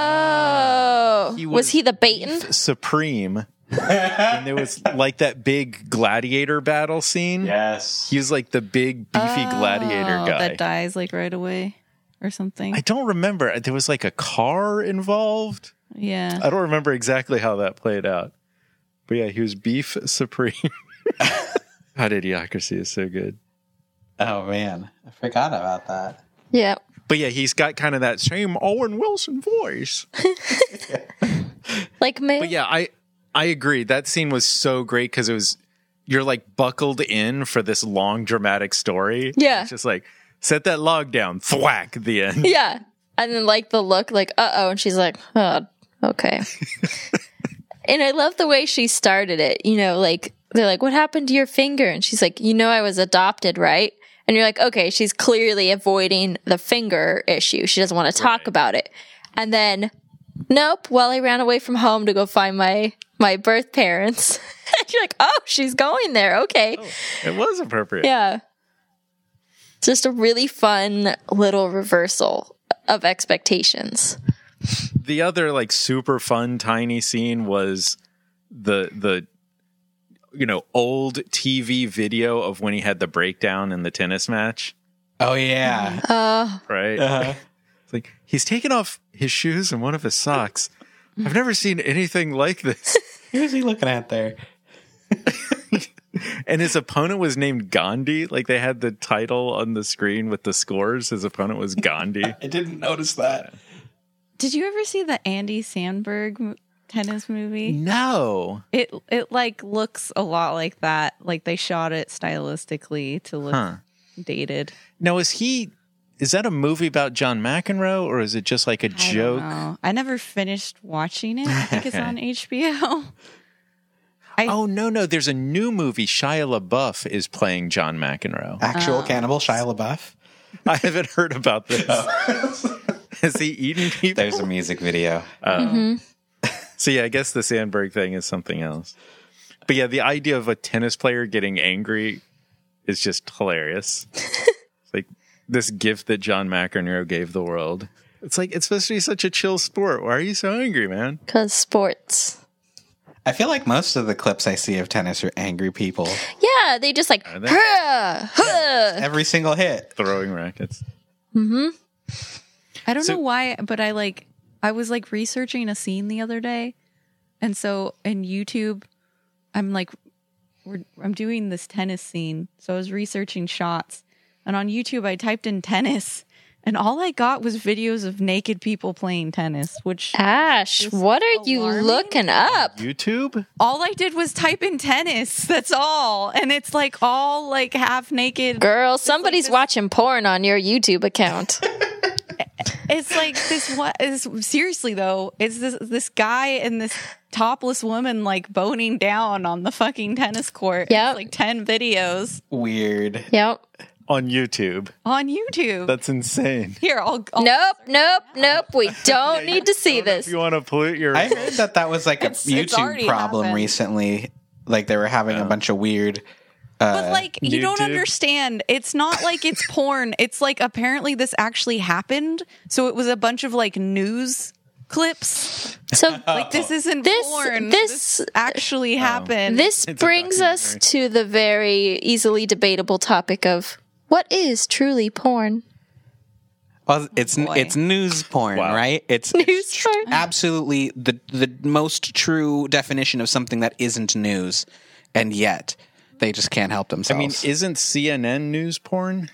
oh, He was, was- he the Baton? Supreme. and there was like that big gladiator battle scene. Yes. He was like the big beefy gladiator Oh, guy. that dies like right away or something. I don't remember. There was like a car involved. yeah. I don't remember exactly how that played out. But yeah, he was Beef Supreme. God, Idiocracy is so good. Oh man, I forgot about that. Yeah. But yeah, he's got kind of that same Owen Wilson voice. Like man. But yeah, I I agree. That scene was so great because it was you're like buckled in for this long dramatic story. Yeah. It's just like set that log down, thwack the end. Yeah. And then like the look like, uh oh, and she's like, Oh, okay. and I love the way she started it, you know, like they're like, What happened to your finger? And she's like, You know I was adopted, right? And you're like, Okay, she's clearly avoiding the finger issue. She doesn't want to talk Right. about it. And then Nope, well I ran away from home to go find my my birth parents. and you're like, Oh, she's going there, okay. It was appropriate. Yeah. It's Just a really fun little reversal of expectations. the other like super fun tiny scene was the the you know old TV video of when he had the breakdown in the tennis match, Oh yeah. Uh, right? Uh, It's like he's taken off his shoes and one of his socks. I've never seen anything like this. who is he looking at there? And his opponent was named Gandhi. Like they had the title on the screen with the scores. His opponent was Gandhi. I didn't notice that. Did you ever see the Andy Sandberg m- tennis movie? No. It it like looks a lot like that. Like they shot it stylistically to look Huh. dated. Now is he is that a movie about John McEnroe or is it just like a I don't joke? know. I never finished watching it. I think it's Okay. on HBO. Oh no, no! There's a new movie. Shia LaBeouf is playing John McEnroe. Actual Oh. cannibal Shia LaBeouf. I haven't heard about this. Has he eaten people? There's a music video. so yeah, I guess the Sandberg thing is something else. But yeah, the idea of a tennis player getting angry is just hilarious. it's like this gift that John McEnroe gave the world. It's like it's supposed to be such a chill sport. Why are you so angry, man? cause sports. I feel like most of the clips I see of tennis are angry people. Yeah, they just like, they? "Huh, huh." Every single hit. Throwing rackets. I don't So- know why, but I like I was like researching a scene the other day, and so in YouTube, I'm like, we're, I'm doing this tennis scene, so I was researching shots, and on YouTube I typed in tennis, and all I got was videos of naked people playing tennis, which Ash, what are you alarming? looking up? YouTube? all I did was type in tennis. That's all, and it's like all like half naked. Girl, somebody's watching porn on your YouTube account. It's like this. What is seriously though? Is this this guy and this topless woman like boning down on the fucking tennis court? It's Yep. like ten videos Weird. yep. On YouTube. on YouTube. That's insane. Here, I'll, I'll Nope, nope, nope. We don't need to see If this. you want to pollute your I heard that that was like a It's- it's YouTube already problem happened. recently. Like they were having a bunch of weird. Uh, But like you don't YouTube. understand. It's not like it's porn. It's like apparently this actually happened. So it was a bunch of like news clips. So Like this isn't This- porn. this- actually Oh. happened. This brings us to the very easily debatable topic of what is truly porn? well, it's Oh, boy. it's news porn, Wow. right? It's News porn? absolutely the the most true definition of something that isn't news, and yet they just can't help I mean, themselves. isn't CNN news porn?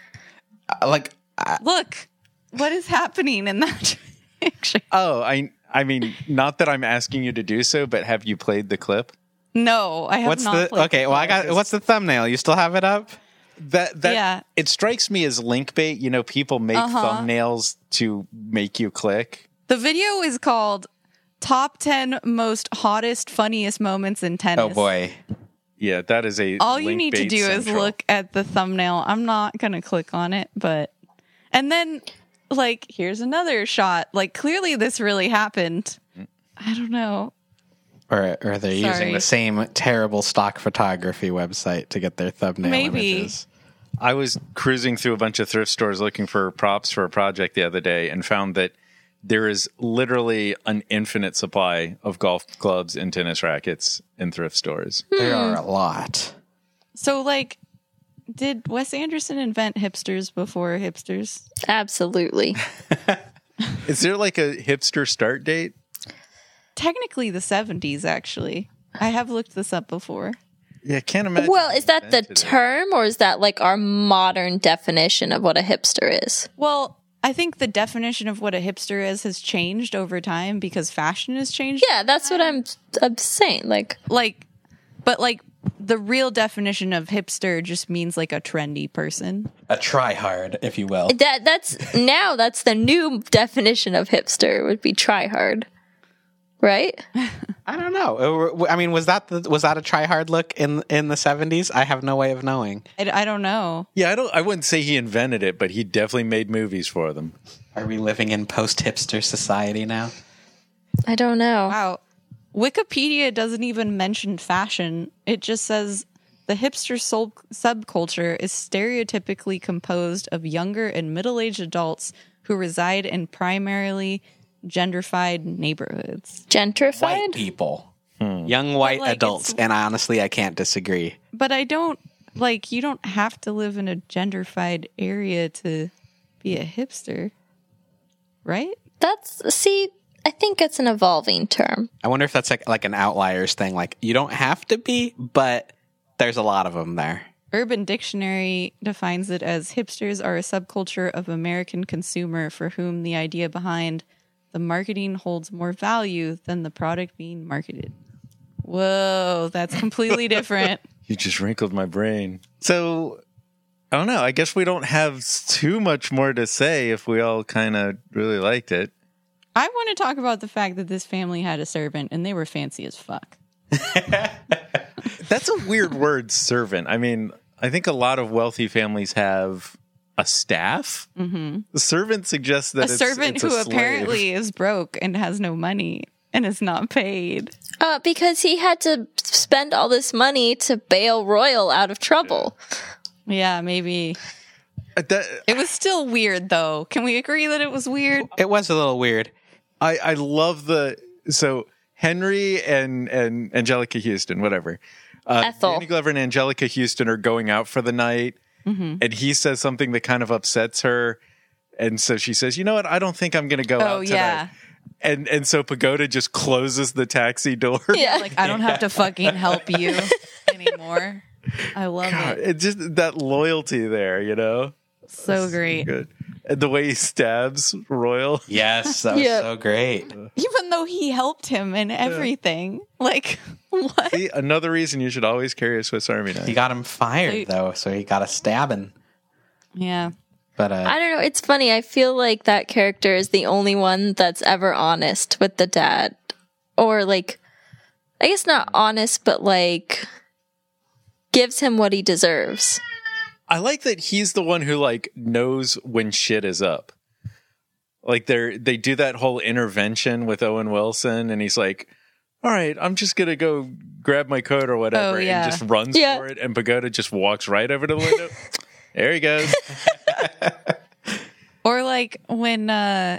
Uh, like Look, what is happening in that picture? Uh, Oh, I I mean, not that I'm asking you to do so, but have you played the clip? No, I have what's not. the played- okay? Well, I got what's the thumbnail? You still have it up? That that Yeah. Uh-huh. it strikes me as link bait. You know, people make thumbnails to make you click. The video is called "Top Ten Most Hottest, Funniest Moments in Tennis." Oh boy, Yeah, that is a All you link need to bait do is central. look at the thumbnail. I'm not gonna click on it, but and then like here's another shot. Like clearly this really happened. I don't know. or or they're using Sorry. the same terrible stock photography website to get their thumbnail Maybe. images. I was cruising through a bunch of thrift stores looking for props for a project the other day and found that there is literally an infinite supply of golf clubs and tennis rackets in thrift stores. There are a Hmm. lot. So like, did Wes Anderson invent hipsters before hipsters? Absolutely. Is there like a hipster start date? Technically, the 70s. Actually, I have looked this up before. Yeah, I can't imagine. Well, is that the invented it. term or is that like our modern definition of what a hipster is? Well, I think the definition of what a hipster is has changed over time because fashion has changed. Yeah, that's what I'm I'm saying. Like, Like, but like the real definition of hipster just means like a trendy person. A try hard, if you will. that that's now that's the new definition of hipster would be try hard. Right? I don't know. Uh, w- I mean, was that the, was that a try hard look in in the seventies? I have no way of knowing. I, I don't know. Yeah, I don't. I wouldn't say he invented it, but he definitely made movies for them. Are we living in post hipster society now? I don't know. Wow. Wikipedia doesn't even mention fashion. It just says the hipster sub- subculture is stereotypically composed of younger and middle aged adults who reside in primarily gentrified neighborhoods. White Gentrified? people, young white like, adults, it's- and honestly, I can't disagree. But I don't like, you don't have to live in a gentrified area to be a hipster, right? That's see, I think it's an evolving term. I wonder if that's like like an outliers thing. Like you don't have to be, but there's a lot of them there. Urban Dictionary defines it as hipsters are a subculture of American consumer for whom the idea behind the marketing holds more value than the product being marketed. Whoa, that's completely different. You just wrinkled my brain. So I don't know. I guess we don't have too much more to say if we all kind of really liked it. I want to talk about the fact that this family had a servant and they were fancy as fuck. That's a weird word, servant. I mean, I think a lot of wealthy families have a staff. Mm-hmm. Servant suggests that A it's- servant it's who slave. apparently is broke and has no money and is not paid. Uh, because he had to spend all this money to bail Royal out of trouble. Yeah, maybe. Uh, that- It was still weird though. Can we agree that it was weird? It was a little weird. I I love the so Henry and and Angelica Houston, whatever. Uh, Ethel. Danny Glover and Angelica Houston are going out for the night, Mm-hmm. and he says something that kind of upsets her, and so she says, "You know what? I don't think I'm going to go Oh, out tonight." yeah. And and so Pagoda just closes the taxi door. Yeah. like I don't have to fucking help you anymore. I love it. It just that loyalty there, you know. So great. Good. And the way he stabs Royal. Yes, that was Yeah. so great. Even though he helped him in everything. Like what? See, another reason you should always carry a Swiss Army He knife. got him fired though, so he got a stabbing. Yeah. But uh, I don't know. It's funny. I feel like that character is the only one that's ever honest with the dad. Or, like, I guess not honest, but like gives him what he deserves. I like that he's the one who like knows when shit is up. Like they they do that whole intervention with Owen Wilson, and he's like, "All right, I'm just gonna go grab my coat or whatever," Oh, yeah. and just runs Yeah. for it. And Pagoda just walks right over to the window. there he goes. Or like when uh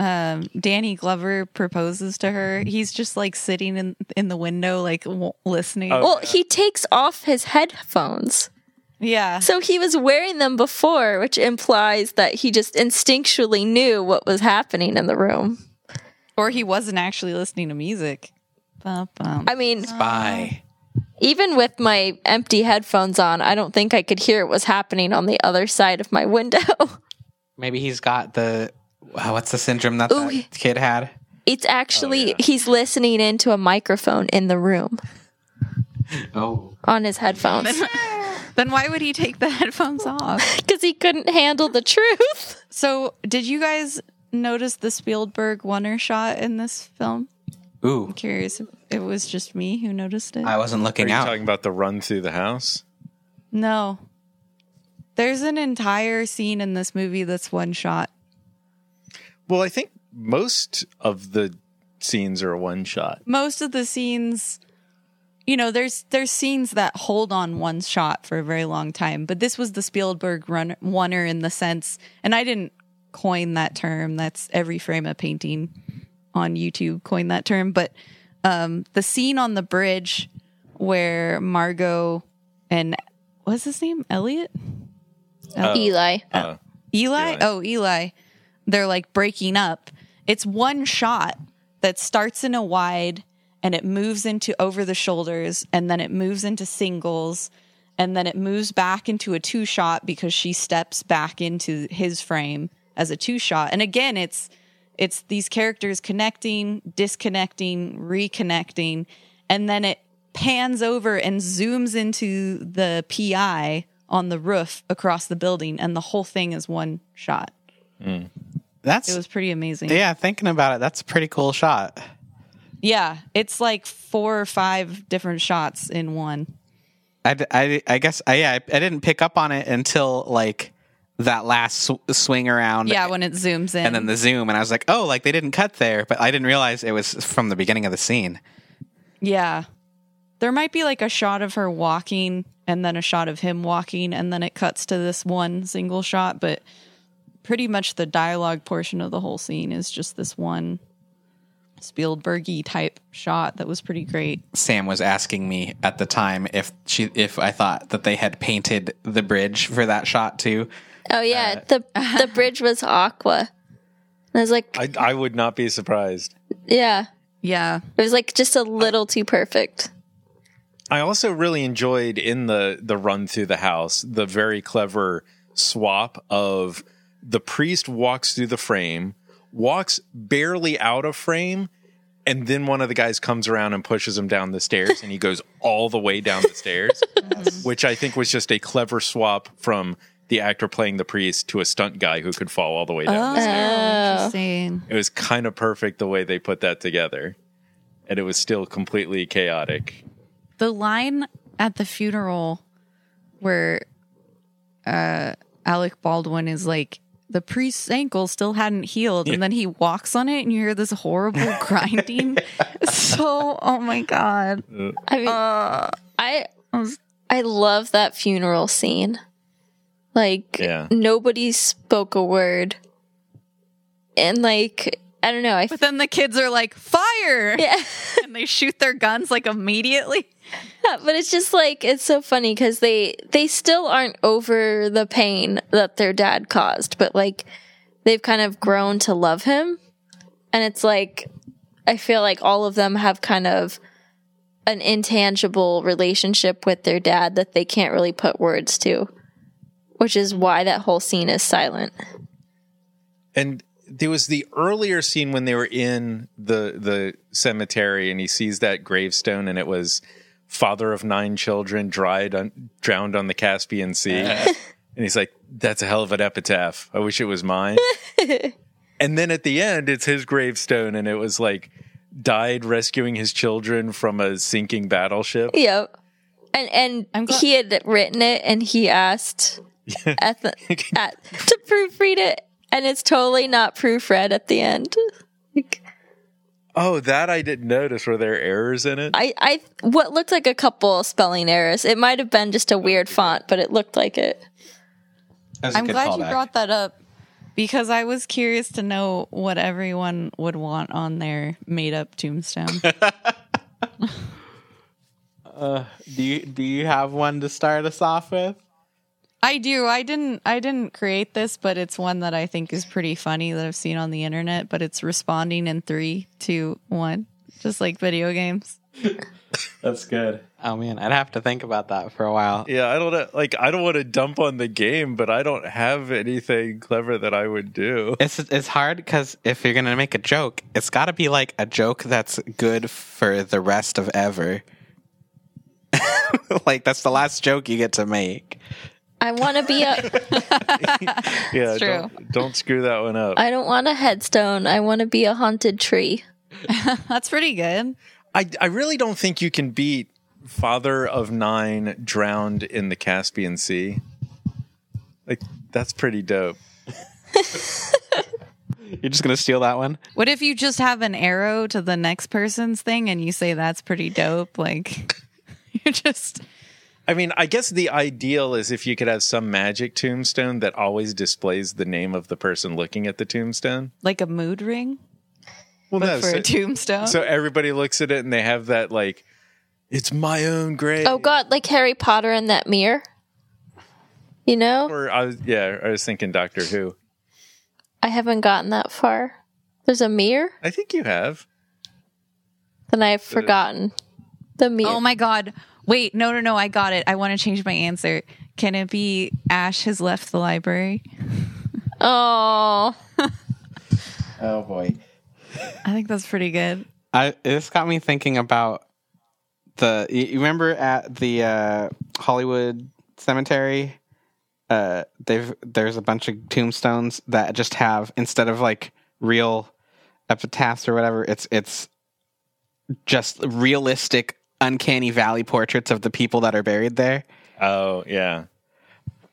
um Danny Glover proposes to her, he's just like sitting in in the window like w- listening. Oh. Well, he takes off his headphones. Yeah. So he was wearing them before, which implies that he just instinctually knew what was happening in the room. Or he wasn't actually listening to music. Bum, bum. I mean, bye. even with my empty headphones on, I don't think I could hear what was happening on the other side of my window. Maybe he's got the wow, what's the syndrome that, Ooh, that he- kid had? It's Oh, actually he's listening into a microphone in the room Oh, on his headphones then why would he take the headphones off? because he couldn't handle the truth. So, did you guys notice the Spielberg Wonder shot in this film? ooh, Curious if it was just me who noticed it. I wasn't Are looking you out. talking about the run through the house? no. There's an entire scene in this movie that's one shot. Well, I think most of the scenes are one shot. Most of the scenes you know, there's there's scenes that hold on one shot for a very long time, but this was the Spielberg run oneer in the sense and I didn't coin that term. That's every frame of painting on YouTube coined that term, but um, the scene on the bridge where Margot and what's his name? Elliot? Eli, Uh, Eli? Eli. Oh, Eli. They're like breaking up. It's one shot that starts in a wide and it moves into over the shoulders and then it moves into singles and then it moves back into a two shot because she steps back into his frame as a two shot and again it's it's these characters connecting disconnecting reconnecting and then it pans over and zooms into the pi on the roof across the building and the whole thing is one shot That's it was pretty amazing yeah. Thinking about it, that's a pretty cool shot. Yeah, it's like four or five different shots in one. I, d- I- I guess I, yeah, I, I didn't pick up on it until like that last sw- swing around. Yeah, when it zooms in. And then the zoom, and I was like, oh, like they didn't cut there, but I didn't realize it was from the beginning of the scene. Yeah. There might be like a shot of her walking and then a shot of him walking and then it cuts to this one single shot, but pretty much the dialogue portion of the whole scene is just this one Spielbergy type shot that was pretty great. Sam was asking me at the time if she if I thought that they had painted the bridge for that shot too. Oh Uh, yeah, the the bridge was aqua. And I was like, I, I would not be surprised. yeah, yeah. it was like just a little too perfect. I also really enjoyed in the the run through the house the very clever swap of the priest walks through the frame, walks barely out of frame, and then one of the guys comes around and pushes him down the stairs, and he goes all the way down the stairs, which I think was just a clever swap from the actor playing the priest to a stunt guy who could fall all the way Oh. down. the stairs. Interesting. It was kind of perfect the way they put that together, and it was still completely chaotic. the line at the funeral where uh Alec Baldwin is like the priest's ankle still hadn't healed and then he walks on it and you hear this horrible grinding so oh my god I mean, Uh, I I love that funeral scene. Like Yeah. nobody spoke a word, and like I don't know. I but then the kids are like fire yeah. and they shoot their guns like immediately but it's just like it's so funny because they they still aren't over the pain that their dad caused but like they've kind of grown to love him and it's like i feel like all of them have kind of an intangible relationship with their dad that they can't really put words to which is why that whole scene is silent and there was the earlier scene when they were in the the cemetery and he sees that gravestone and it was father of nine children dried on, drowned on the caspian sea and he's like that's a hell of an epitaph i wish it was mine and then at the end it's his gravestone and it was like died rescuing his children from a sinking battleship yep and and he had written it and he asked at the, at, to proofread it, and it's totally not proofread at the end. Like, oh that i didn't notice were there errors in it I, I, what looked like a couple spelling errors. It might have been just a weird font, but it looked like it. That was a I'm good glad you callback. brought that up because I was curious to know what everyone would want on their made up tombstone. Do you do you have one to start us off with? I do. I didn't I didn't create this, but it's one that I think is pretty funny that I've seen on the internet, but it's responding in three, two, one. Just like video games. That's good. Oh man, I'd have to think about that for a while. Yeah, I don't know- like. I don't want to dump on the game, but I don't have anything clever that I would do. It's it's hard because if you're gonna make a joke, it's got to be like a joke that's good for the rest of ever. like that's the last joke you get to make. I want to be a. Yeah, true. Don't, don't screw that one up. I, I don't want a headstone. I want to be a haunted tree. That's pretty good. I, really don't think you can beat Father of Nine drowned in the Caspian Sea. Like that's pretty dope. You're just gonna steal that one. what if you just have an arrow to the next person's thing and you say that's pretty dope like you're just I mean, I guess the ideal is if you could have some magic tombstone that always displays the name of the person looking at the tombstone. Like a mood ring Well, no, for so- a tombstone. so everybody looks at it and they have that like, it's my own grave. Oh God, like Harry Potter and that mirror. You know, Or I was, yeah, I was thinking Doctor Who. I haven't gotten that far. There's a mirror. I think you have. Then I've forgotten the meme. Oh my god. Wait, no, no, no. I got it. I want to change my answer. Can it be Ash has left the library? oh, Oh boy. I think that's pretty good. I this got me thinking about the you you remember at the uh, Hollywood cemetery uh they've there's a bunch of tombstones that just have instead of like real epitaphs or whatever it's it's just realistic uncanny valley portraits of the people that are buried there Oh yeah.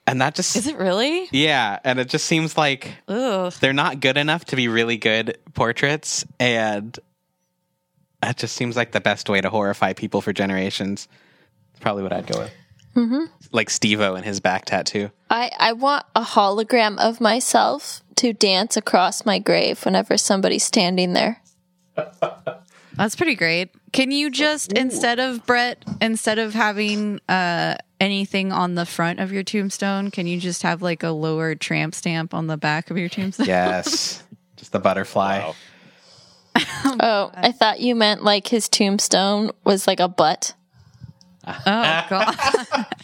and that just Is it really? yeah and it just seems like Ugh. they're not good enough to be really good portraits and that just seems like the best way to horrify people for generations It's probably what i'd go with like steve-o and his back tattoo I I want a hologram of myself to dance across my grave whenever somebody's standing there. That's pretty great. Can you just instead of Brett, instead of having uh anything on the front of your tombstone, can you just have like a lower tramp stamp on the back of your tombstone? yes just the butterfly Wow. Oh, I thought you meant like his tombstone was like a butt. Oh god.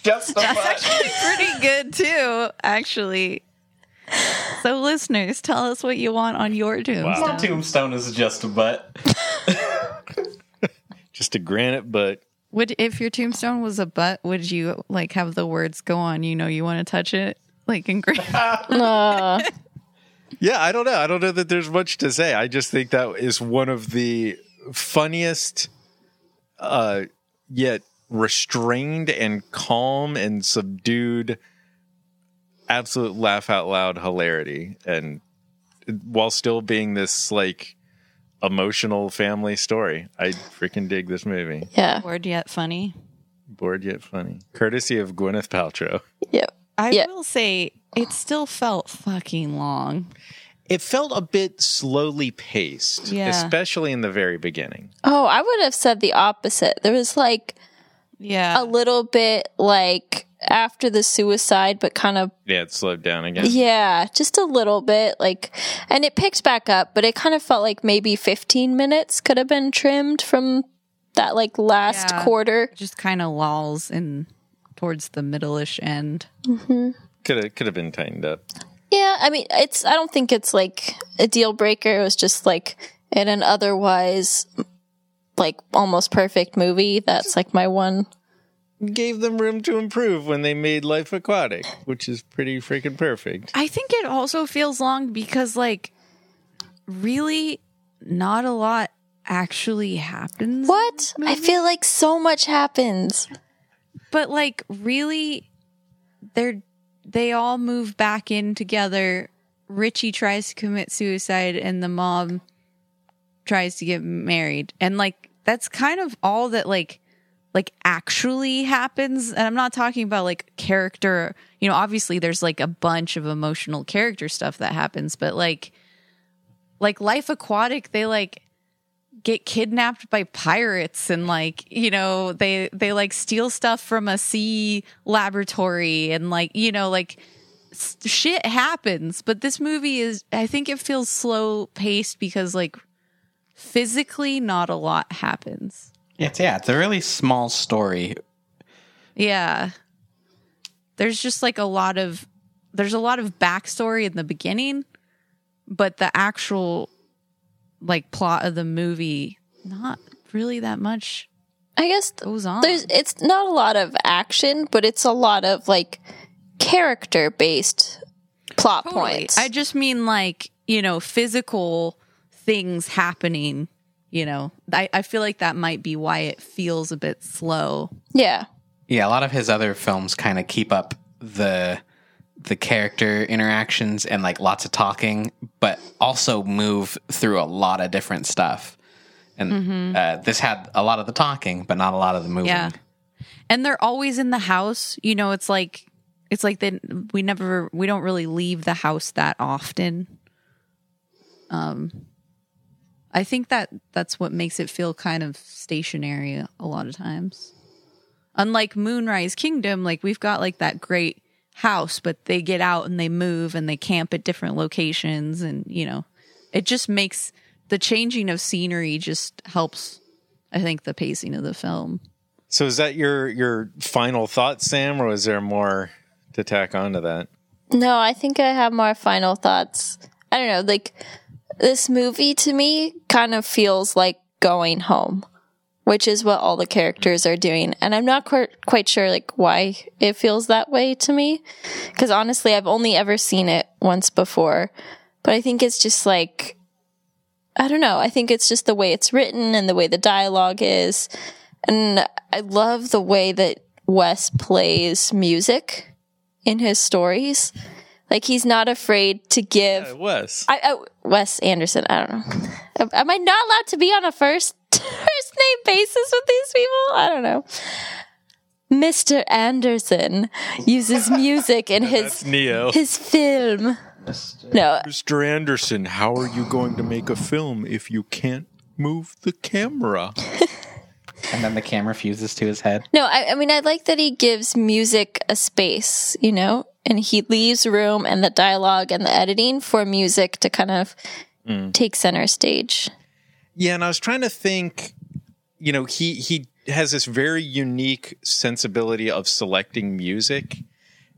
just the pretty good too, actually. So listeners, tell us what you want on your tombstone. tombstone is just a butt Just a granite butt. Would if your tombstone was a butt, would you like have the words go on, you know you want to touch it? Like engraved. Uh, Yeah, I don't know. I don't know that there's much to say. I just think that is one of the funniest, uh, yet restrained and calm and subdued, absolute laugh out loud hilarity, and while still being this like emotional family story. I freaking dig this movie. yeah. Word yet funny. Bored yet funny, courtesy of Gwyneth Paltrow. Yep. I Yeah. will say it still felt fucking long. It felt a bit slowly paced, Yeah. especially in the very beginning. Oh, I would have said the opposite. There was like Yeah. a little bit like after the suicide, but kind of Yeah, it slowed down again. Yeah, just a little bit. Like, and it picked back up, but it kind of felt like maybe 15 minutes could have been trimmed from that like last Yeah. quarter. Just kind of lolls in towards the middle-ish end. Could have could have been tightened up. Yeah, I mean, it's, I don't think it's like a deal breaker. It was just like in an otherwise like almost perfect movie. That's like my one. Gave them room to improve when they made Life Aquatic, which is pretty freaking perfect. I think it also feels long because like really not a lot actually happens. What? I feel like so much happens. But like really they're they all move back in together. Richie tries to commit suicide and the mom tries to get married. And like that's kind of all that like like actually happens and I'm not talking about like character, you know, obviously there's like a bunch of emotional character stuff that happens, but like like Life Aquatic they like get kidnapped by pirates and like you know they they like steal stuff from a sea laboratory and like you know like s- shit happens but this movie is i think it feels slow paced because like physically not a lot happens it's yeah it's a really small story yeah there's just like a lot of there's a lot of backstory in the beginning but the actual like plot of the movie not really that much I guess goes on. there's it's not a lot of action, but it's a lot of like character based plot Totally. points. I just mean like, you know, physical things happening, you know. I, I feel like that might be why it feels a bit slow. yeah. Yeah, a lot of his other films kind of keep up the the character interactions and like lots of talking, but also move through a lot of different stuff. And uh, this had a lot of the talking, but not a lot of the moving. Mm-hmm. Yeah. And they're always in the house, you know, it's like it's like they we never we don't really leave the house that often. Um I think that that's what makes it feel kind of stationary a lot of times. Unlike Moonrise Kingdom, like we've got like that great house, but they get out and they move and they camp at different locations and you know, it just makes the changing of scenery just helps I think the pacing of the film. So is that your your final thought, Sam, or was there more to tack onto that? No, I think I have more final thoughts. I don't know, like this movie to me kind of feels like going home, which is what all the characters are doing. And I'm not quite quite sure like why it feels that way to me cuz honestly, I've only ever seen it once before. But I think it's just like I don't know. I think it's just the way it's written and the way the dialogue is. And I love the way that Wes plays music in his stories. Like he's not afraid to give It was. I, I Wes Anderson. I don't know. Am- Am I not allowed to be on a first first name basis with these people? I don't know. Mr. Anderson uses music in his Neo. his film. No, Mr. Anderson, how are you going to make a film if you can't move the camera? And then the camera fuses to his head. no. I, I mean, I like that he gives music a space, you know, and he leaves room and the dialogue and the editing for music to kind of Mm. take center stage. Yeah, and I was trying to think, you know, he he has this very unique sensibility of selecting music.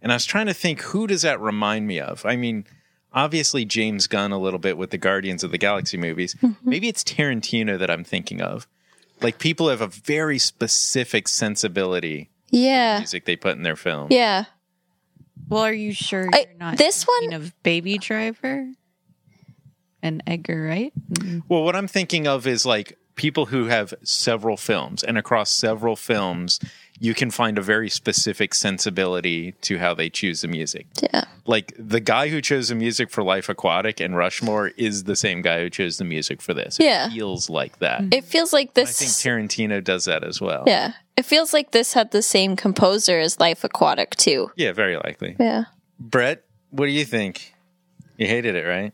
And I was trying to think who does that remind me of? I mean, obviously James Gunn a little bit with the Guardians of the Galaxy movies. Maybe it's Tarantino that I'm thinking of. Like people have a very specific sensibility Yeah, music they put in their film. yeah. Well, are you sure I- you're not this one- thinking of Baby Driver and Edgar Wright? Well, what I'm thinking of is like people who have several films, and across several films, you can find a very specific sensibility to how they choose the music. Yeah. Like the guy who chose the music for Life Aquatic and Rushmore is the same guy who chose the music for this. Yeah. It feels like that. It feels like I this. think Tarantino does that as well. Yeah. It feels like this had the same composer as Life Aquatic too. Yeah, very likely. Yeah. Brett, what do you think? You hated it, right?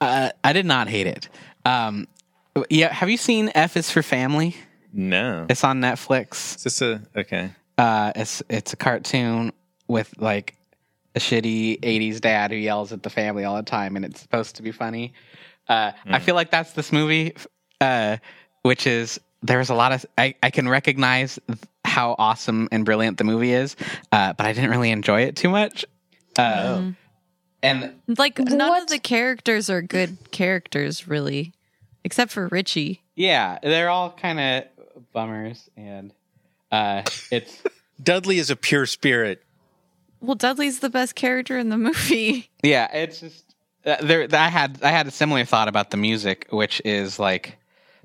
Uh, I did not hate it. Um, yeah, have you seen F is for Family? No. It's on Netflix. It's just a okay. Uh, it's it's a cartoon with like a shitty '80s dad who yells at the family all the time, and it's supposed to be funny. Uh, I feel like that's this movie, uh, which is there's a lot of I, I can recognize how awesome and brilliant the movie is, uh, but I didn't really enjoy it too much. Uh, And Like none What? of the characters are good characters really, except for Richie. yeah, they're all kind of bummers, and uh, it's Dudley is a pure spirit. Well, Dudley's the best character in the movie. Yeah, it's just uh, there. I had I had a similar thought about the music, which is like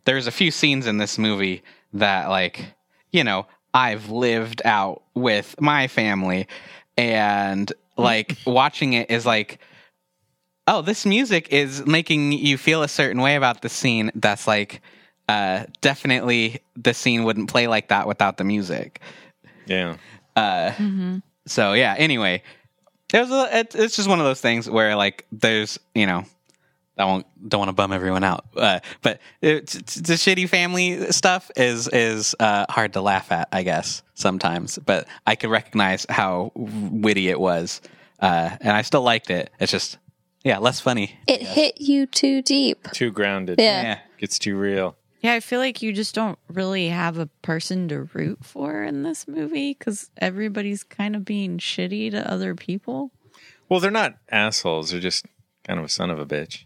there's a few scenes in this movie that like you know I've lived out with my family, and like watching it is like. Oh, this music is making you feel a certain way about the scene. That's like, uh, definitely the scene wouldn't play like that without the music. Yeah. Uh, So yeah. Anyway, there's a, it, it's just one of those things where like there's you know I won't don't want to bum everyone out, uh, but it's, it's, the shitty family stuff is is uh, hard to laugh at, I guess sometimes. But I could recognize how witty it was, uh, and I still liked it. It's just yeah, less funny. It hit you too deep. Too grounded. Yeah. Yeah. It's too real. Yeah, I feel like you just don't really have a person to root for in this movie because everybody's kind of being shitty to other people. Well, they're not assholes. They're just kind of a son of a bitch.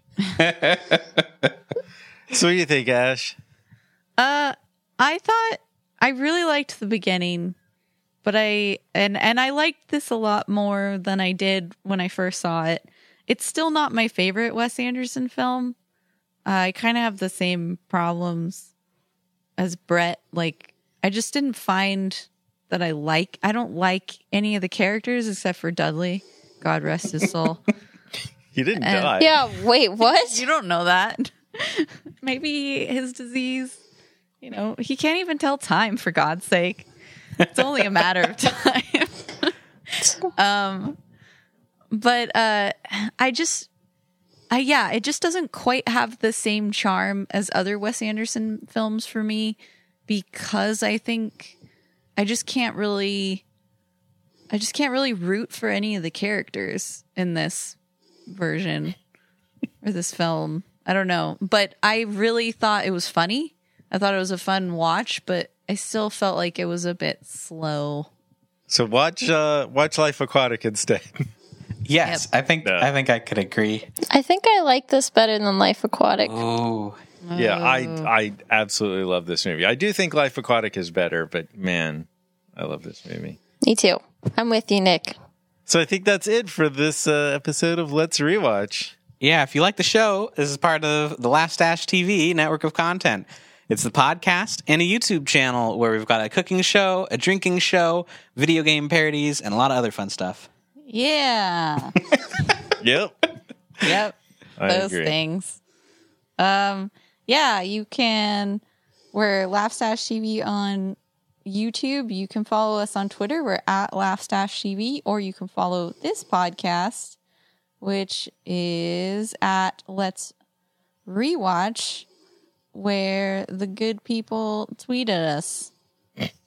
so, what do you think, Ash? Uh, I thought I really liked the beginning, but I and and I liked this a lot more than I did when I first saw it. It's still not my favorite Wes Anderson film. Uh, I kind of have the same problems as Brett. Like, I just didn't find that I like. I don't like any of the characters except for Dudley. God rest his soul. He didn't Uh, die. Yeah. Wait, what? you don't know that. Maybe his disease, you know, he can't even tell time for God's sake. It's only a matter of time. um but uh I just I yeah, it just doesn't quite have the same charm as other Wes Anderson films for me because I think I just can't really I just can't really root for any of the characters in this version or this film. I don't know, but I really thought it was funny. I thought it was a fun watch, but I still felt like it was a bit slow. So watch uh, watch Life Aquatic instead. Yes, I think Yeah. I think I could agree. I think I like this better than Life Aquatic. Oh, yeah, Oh. I I absolutely love this movie. I do think Life Aquatic is better, but man, I love this movie. Me too. I'm with you, Nick. So I think that's it for this uh, episode of Let's Rewatch. Yeah, if you like the show, this is part of the Last Dash TV network of content. It's the podcast and a YouTube channel where we've got a cooking show, a drinking show, video game parodies, and a lot of other fun stuff. Yeah. Yep, yep. I those agree. things. Um, yeah, you can. We're Laugh Stash TV on YouTube. You can follow us on Twitter. We're at Laugh Stash TV, or you can follow this podcast, which is at Let's Rewatch, where the good people tweet at us.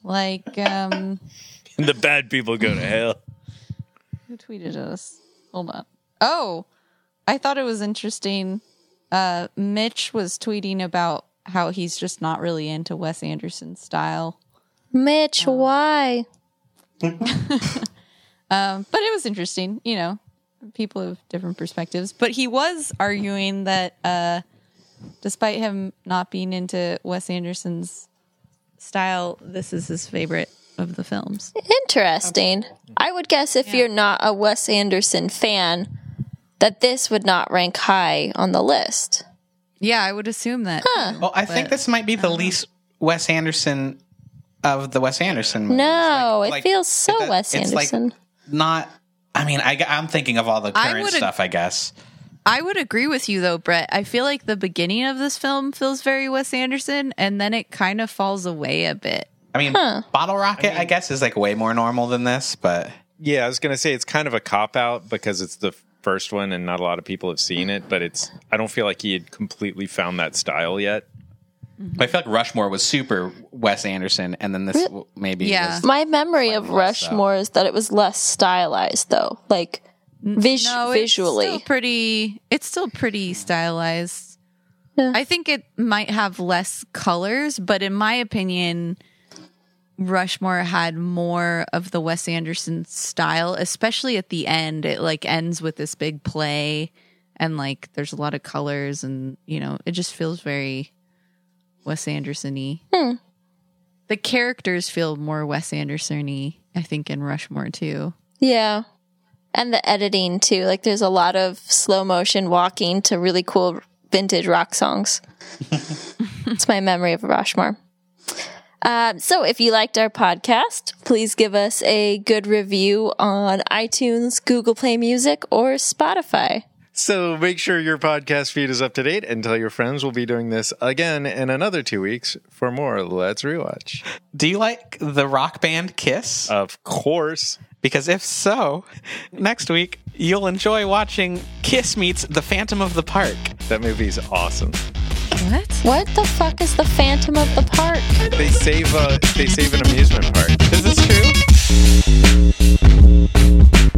Like, um, the bad people go to hell. who tweeted us? Hold on. Oh, I thought it was interesting. Uh, Mitch was tweeting about how he's just not really into Wes Anderson's style. Mitch, why? Um, but it was interesting, you know, people of different perspectives. But he was arguing that uh, despite him not being into Wes Anderson's style, this is his favorite of the films. Interesting. I would guess if you're not a Wes Anderson fan, that this would not rank high on the list. Yeah, I would assume that. Well, I think this might be the least Wes Anderson of the Wes Anderson movies. No, Like- it like, feels so does- Wes it's like Anderson. not. I mean, I, am thinking of all the I current would ag- stuff, I guess. I would agree with you though, Brett. I feel like the beginning of this film feels very Wes Anderson and then it kind of falls away a bit. I mean, Bottle Rocket, I, guess, is like way more normal than this, but Yeah, I was gonna say it's kind of a cop out because it's the first one and not a lot of people have seen it, but it's I don't feel like he had completely found that style yet. but I feel like Rushmore was super Wes Anderson, and then this w- maybe Yeah. was My memory of slightly less so. Rushmore is that it was less stylized, though, like vis- it's visually. still pretty. It's still pretty stylized. I think it might have less colors, but in my opinion, Rushmore had more of the Wes Anderson style, especially at the end. It like ends with this big play, and like there's a lot of colors, and you know it just feels very Wes Anderson-y. The characters feel more Wes Anderson-y, I think, in Rushmore too. yeah. And the editing, too. Like, there's a lot of slow motion walking to really cool vintage rock songs. It's my memory of Rushmore. Um, so, if you liked our podcast, please give us a good review on iTunes, Google Play Music, or Spotify. So make sure your podcast feed is up to date and tell your friends we'll be doing this again in another two weeks for more Let's Rewatch. Do you like the rock band Kiss? Of course. Because if so, next week you'll enjoy watching Kiss meets The Phantom of the Park. That movie's awesome. What? What the fuck is the Phantom of the Park? They save uh they save an amusement park. Is this true?